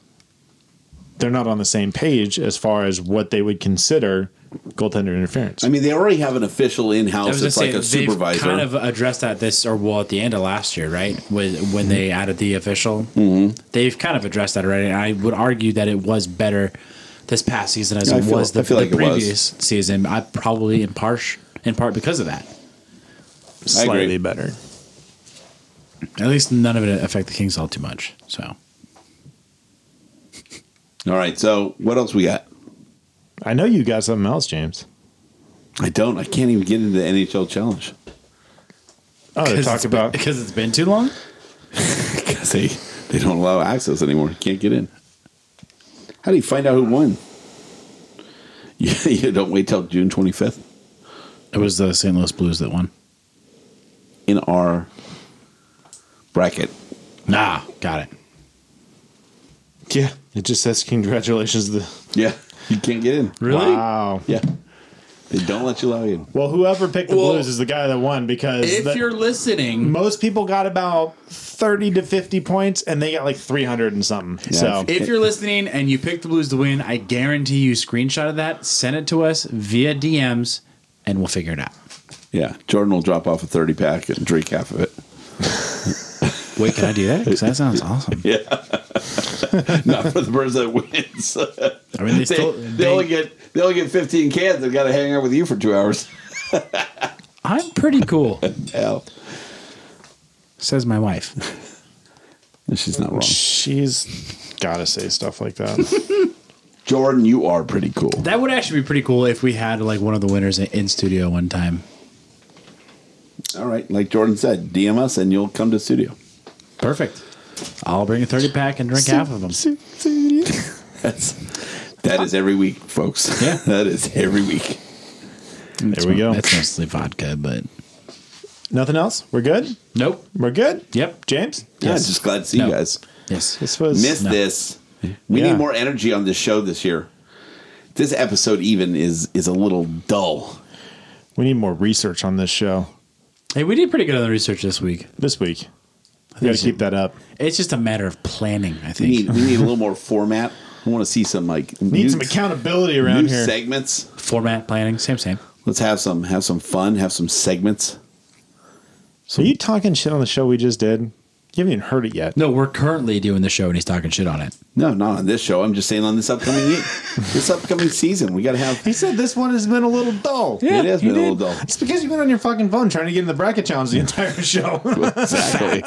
Speaker 2: they're not on the same page as far as what they would consider goaltender interference.
Speaker 3: I mean, they already have an official in
Speaker 4: I
Speaker 3: house
Speaker 4: was gonna
Speaker 3: that's
Speaker 4: say
Speaker 3: like a
Speaker 4: they've
Speaker 3: supervisor.
Speaker 4: kind of addressed that this or well at the end of last year, right? With when
Speaker 3: Mm-hmm.
Speaker 4: they added the official, they've kind of addressed that already. And I would argue that it was better this past season as
Speaker 3: I
Speaker 4: it
Speaker 3: feel-
Speaker 4: was
Speaker 3: I
Speaker 4: the,
Speaker 3: feel
Speaker 4: the
Speaker 3: like it was.
Speaker 4: previous season. I probably in part in part because of that.
Speaker 3: I agree.
Speaker 2: Slightly better.
Speaker 4: At least none of it affect the Kings all too much. So uh,
Speaker 3: All right, so what else we got?
Speaker 2: I know you got something else, James.
Speaker 3: I don't. I can't even get into the NHL challenge.
Speaker 2: Oh, to talk about
Speaker 4: because it's been too long.
Speaker 3: Because they, they don't allow access anymore. You can't get in. How do you find out who won? You, you don't wait till June 25th
Speaker 4: It was the St. Louis Blues that won.
Speaker 3: in our bracket.
Speaker 4: Nah, got it.
Speaker 2: yeah. It just says congratulations. to The
Speaker 3: Yeah, you can't get in.
Speaker 4: Really?
Speaker 2: wow.
Speaker 3: Yeah. They don't let you allow you in.
Speaker 2: Well, whoever picked the
Speaker 4: Well,
Speaker 2: Blues is the guy that won because
Speaker 4: If
Speaker 2: the-
Speaker 4: you're listening,
Speaker 2: most people got about thirty to fifty points, and they got like three hundred and something.
Speaker 3: Yeah.
Speaker 2: So
Speaker 4: If you're listening and you pick the Blues to win, I guarantee you screenshot of that, send it to us via DMs, and we'll figure it out.
Speaker 3: Yeah. Jordan will drop off a 30 pack and drink half of it.
Speaker 4: Wait, can I do that? Because that sounds awesome.
Speaker 3: Not for the person that wins.
Speaker 4: I mean, they
Speaker 3: they,
Speaker 4: still.
Speaker 3: they,
Speaker 4: they-
Speaker 3: only get they only get 15 cans. They've got to hang out with you for two hours.
Speaker 4: I'm pretty cool,
Speaker 3: Hell.
Speaker 4: says my wife.
Speaker 3: She's not wrong.
Speaker 2: she's got to say stuff like that.
Speaker 3: Jordan, you are pretty cool.
Speaker 4: That would actually be pretty cool if we had like one of the winners in- in studio one time.
Speaker 3: All right, like Jordan said, DM us and you'll come to studio.
Speaker 4: Perfect. I'll bring a 30 pack and drink half of them.
Speaker 3: That's that is every week, folks.
Speaker 4: Yeah.
Speaker 3: that is every week.
Speaker 2: there we go.
Speaker 4: That's mostly vodka, but.
Speaker 2: Nothing else. We're good.
Speaker 4: Nope.
Speaker 2: We're good.
Speaker 4: Yep.
Speaker 2: James.
Speaker 3: Yeah,
Speaker 4: Yes.
Speaker 3: just glad to see
Speaker 4: No.
Speaker 3: you guys.
Speaker 4: Yes.
Speaker 2: This was
Speaker 3: Missed this. We
Speaker 2: Yeah.
Speaker 3: need more energy on this show this year. This episode even is is a little dull.
Speaker 2: We need more research on this show
Speaker 4: Hey, we did pretty good on the research this week.
Speaker 2: this week. We got to
Speaker 4: so.
Speaker 2: keep that up.
Speaker 4: It's just a matter of planning, I
Speaker 3: We
Speaker 4: think.
Speaker 3: need we need a little more format. I want to see some like
Speaker 2: Need
Speaker 3: new-
Speaker 2: some accountability around
Speaker 3: new
Speaker 2: here.
Speaker 3: segments.
Speaker 4: Format planning, same, same.
Speaker 3: Let's have some have some fun. Have some segments.
Speaker 2: Are you talking shit on the show we just did? You haven't even heard it yet.
Speaker 4: No, we're currently doing the show and he's talking shit on it.
Speaker 3: No, not on this show. I'm just saying on this upcoming year, this upcoming season, we got to have.
Speaker 2: He said this one has been a little dull.
Speaker 3: it has
Speaker 2: he
Speaker 3: been a little
Speaker 2: did.
Speaker 3: dull.
Speaker 2: It's because you've been on your fucking phone trying to get in the bracket challenge the entire show.
Speaker 3: Exactly.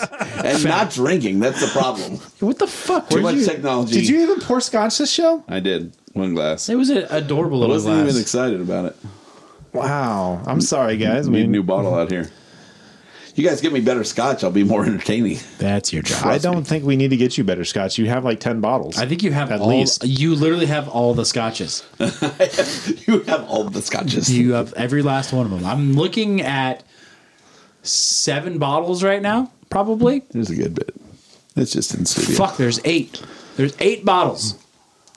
Speaker 3: and not drinking. That's the problem.
Speaker 4: What the fuck?
Speaker 3: Too much technology.
Speaker 2: Did you even pour scotch this show?
Speaker 3: I did. One glass.
Speaker 4: It was an adorable
Speaker 3: I
Speaker 4: little
Speaker 3: wasn't
Speaker 4: glass.
Speaker 3: even excited about it.
Speaker 2: Wow. I'm sorry, guys.
Speaker 3: I need a
Speaker 2: We,
Speaker 3: new bottle out here. You guys get me better scotch, I'll be more entertaining.
Speaker 4: That's your job.
Speaker 2: I don't think we need to get you better scotch. You have like 10 bottles.
Speaker 4: I think you have
Speaker 2: At
Speaker 4: all,
Speaker 2: least.
Speaker 4: You literally have all the scotches.
Speaker 3: you have all the scotches.
Speaker 4: You have every last one of them. I'm looking at seven bottles right now, probably.
Speaker 3: There's a good bit. It's just in studio.
Speaker 4: Fuck, there's eight. There's eight bottles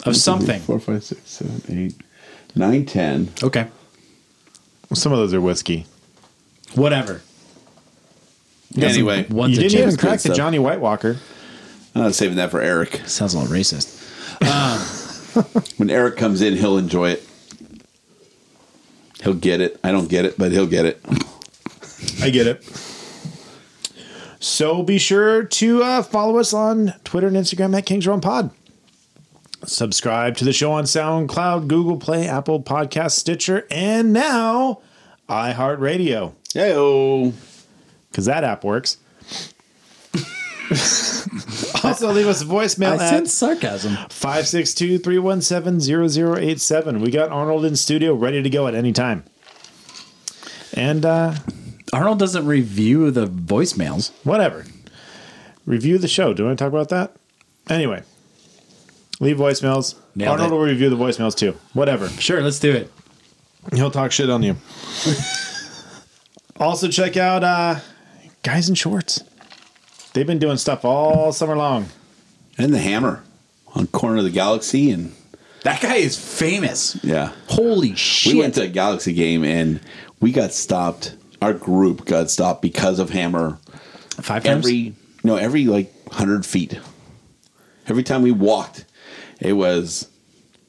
Speaker 4: of something.
Speaker 3: Four, five, six, seven, eight, nine, ten.
Speaker 4: Okay.
Speaker 2: Some of those are whiskey.
Speaker 4: Whatever.
Speaker 3: Anyway,
Speaker 4: One's
Speaker 2: you
Speaker 4: a
Speaker 2: didn't
Speaker 4: joke.
Speaker 2: even crack
Speaker 3: Good
Speaker 2: the
Speaker 3: stuff.
Speaker 2: Johnny White Walker.
Speaker 3: I'm saving that for Eric.
Speaker 4: Sounds a little racist.
Speaker 3: When Eric comes in, he'll enjoy it. He'll get it. I don't get it, but he'll get it.
Speaker 2: I get it. So be sure to uh, follow us on Twitter and Instagram at Kings Row Pod. Subscribe to the show on SoundCloud, Google Play, Apple Podcast, Stitcher, and now iHeartRadio
Speaker 3: Hey,
Speaker 2: because that app works. also, leave us a voicemail
Speaker 4: I
Speaker 2: at
Speaker 4: sense sarcasm.
Speaker 2: 562 317 0087. We got Arnold in studio ready to go at any time. And uh,
Speaker 4: Arnold doesn't review the voicemails.
Speaker 2: whatever. Review the show. Do you want to talk about that? Anyway, leave voicemails.
Speaker 4: Nailed
Speaker 2: Arnold
Speaker 4: it.
Speaker 2: will review the voicemails too. Whatever.
Speaker 4: Sure, let's do it.
Speaker 2: He'll talk shit on you. also, check out uh, Guys in Shorts. They've been doing stuff all summer long.
Speaker 3: and the hammer on corner of the galaxy, and
Speaker 4: That guy is famous.
Speaker 3: yeah,
Speaker 4: Holy shit.
Speaker 3: we went to a galaxy game and we got stopped. Our group got stopped because of hammer.
Speaker 4: five
Speaker 3: every no every like 100 feet every time we walked it was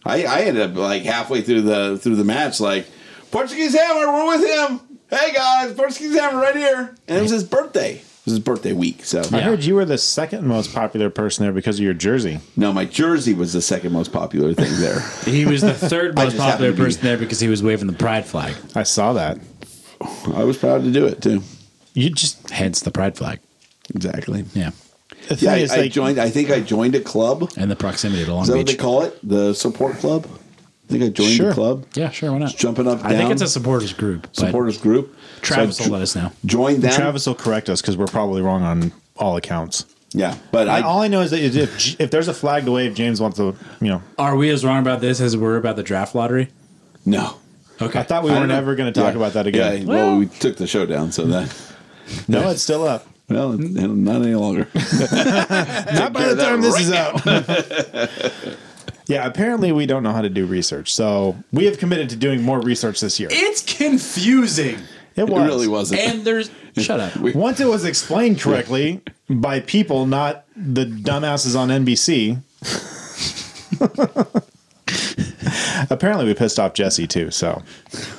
Speaker 3: i i ended up like halfway through the through the match like portuguese hammer we're with him hey guys portuguese hammer right here and it was his birthday it was his birthday week so
Speaker 2: I heard you were the second most popular person there because of your jersey.
Speaker 3: no my jersey was the second most popular thing there
Speaker 4: He was the third
Speaker 3: I
Speaker 4: most
Speaker 3: just happened
Speaker 4: popular
Speaker 3: to be-
Speaker 4: person there because he was waving the pride flag.
Speaker 2: I saw that.
Speaker 3: i was proud to do it too
Speaker 2: You just
Speaker 4: Hence the pride flag.
Speaker 3: exactly
Speaker 4: Yeah.
Speaker 2: the thing
Speaker 3: yeah i,
Speaker 2: is
Speaker 3: I
Speaker 2: like
Speaker 3: joined i think i joined a club
Speaker 4: And the proximity to Long
Speaker 3: is that what they
Speaker 4: Beach.
Speaker 3: call it the support club i think i joined
Speaker 2: Sure.
Speaker 3: the club
Speaker 4: Yeah, sure, why not?
Speaker 3: jumping up
Speaker 4: I think
Speaker 3: down.
Speaker 4: it's a supporters group. but
Speaker 3: supporters group So
Speaker 4: Travis
Speaker 3: I
Speaker 4: will
Speaker 3: jo-
Speaker 4: let us know.
Speaker 3: joined them
Speaker 2: Travis will correct us because we're probably wrong on all accounts.
Speaker 3: Yeah, but I,
Speaker 2: I, all I know is that is if if there's a flag to wave, James wants to. You know,
Speaker 4: Are we as wrong about this as we're about the draft lottery?
Speaker 3: no.
Speaker 4: Okay.
Speaker 2: I thought we
Speaker 3: I
Speaker 2: were
Speaker 3: don't know.
Speaker 2: never going to talk
Speaker 3: Yeah.
Speaker 2: about that again.
Speaker 3: Yeah, well, we took the show down, so that
Speaker 2: No, it's still up.
Speaker 3: well, it- not any longer.
Speaker 2: Not by
Speaker 3: care
Speaker 2: the
Speaker 3: of that
Speaker 2: time this
Speaker 3: right
Speaker 2: is up. yeah, apparently we don't know how to do research, so we have committed to doing more research this year. It,
Speaker 4: it's confusing.
Speaker 2: was
Speaker 3: It really wasn't.
Speaker 4: And there's shut up.
Speaker 2: once it was explained correctly by people, not the dumbasses on NBC. apparently, we pissed off Jesse too. So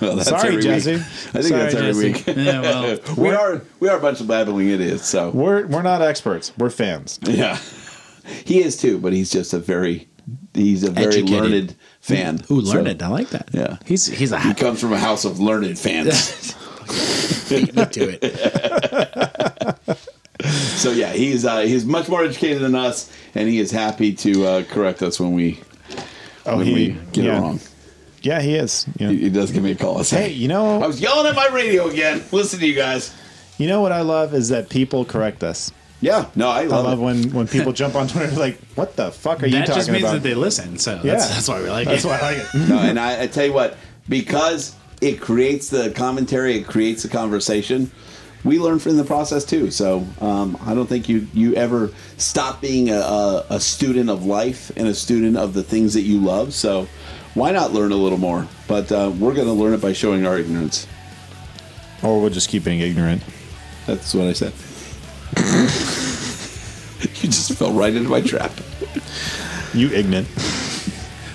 Speaker 3: Well, that's
Speaker 2: Sorry,
Speaker 3: every week.
Speaker 2: Jesse.
Speaker 3: I think
Speaker 2: Sorry,
Speaker 3: that's every
Speaker 4: Jesse.
Speaker 3: week.
Speaker 4: Yeah, well,
Speaker 3: we are we are a bunch of babbling idiots. So
Speaker 2: we're we're not experts; we're fans.
Speaker 3: yeah, he is too, but he's just a very he's a very
Speaker 4: Educated.
Speaker 3: learned fan.
Speaker 4: Ooh, learned. I like that.
Speaker 3: Yeah.
Speaker 4: He's he's a
Speaker 3: So he comes from a house of learned fans.
Speaker 4: beat me to it.
Speaker 3: so yeah, he's uh, he's much more educated than us, and he is happy to uh, correct us when we when
Speaker 2: Oh, he-
Speaker 3: we get
Speaker 2: yeah.
Speaker 3: it wrong.
Speaker 2: Yeah, he is. Yeah.
Speaker 3: He, he does give me a call. and say,
Speaker 2: Hey, you know,
Speaker 3: I was yelling at my radio again. Listen to you guys.
Speaker 2: you know what I love is that people correct us.
Speaker 3: Yeah, no, I
Speaker 2: I
Speaker 3: love,
Speaker 2: love
Speaker 3: it.
Speaker 2: when when people jump on Twitter like, "What the fuck are you
Speaker 4: That
Speaker 2: talking
Speaker 4: just means
Speaker 2: about?"
Speaker 4: that they listen. So
Speaker 2: Yeah.
Speaker 4: that's, that's why we like
Speaker 2: That's
Speaker 4: it.
Speaker 2: why I like it.
Speaker 3: No, and I, I tell you what, because it creates the commentary, it creates the conversation. We learn from the process too. So um, I don't think you you ever stop being a, a, a student of life and a student of the things that you love. So why not learn a little more? But uh, we're going to learn it by showing our ignorance.
Speaker 2: Or we'll just keep being ignorant.
Speaker 3: That's what I said. you just fell right into my trap.
Speaker 2: You ignorant.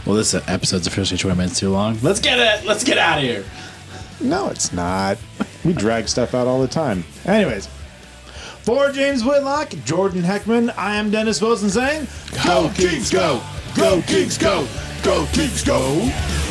Speaker 4: Well, this episode's officially 20 minutes too long. Let's get it. Let's get out of here.
Speaker 2: No, it's not. We drag stuff out all the time. Anyways, for James Whitlock, Jordan Heckman, I am Dennis Wilson saying,
Speaker 3: Go Kings, go! Go Kings, go! Go Kings, go!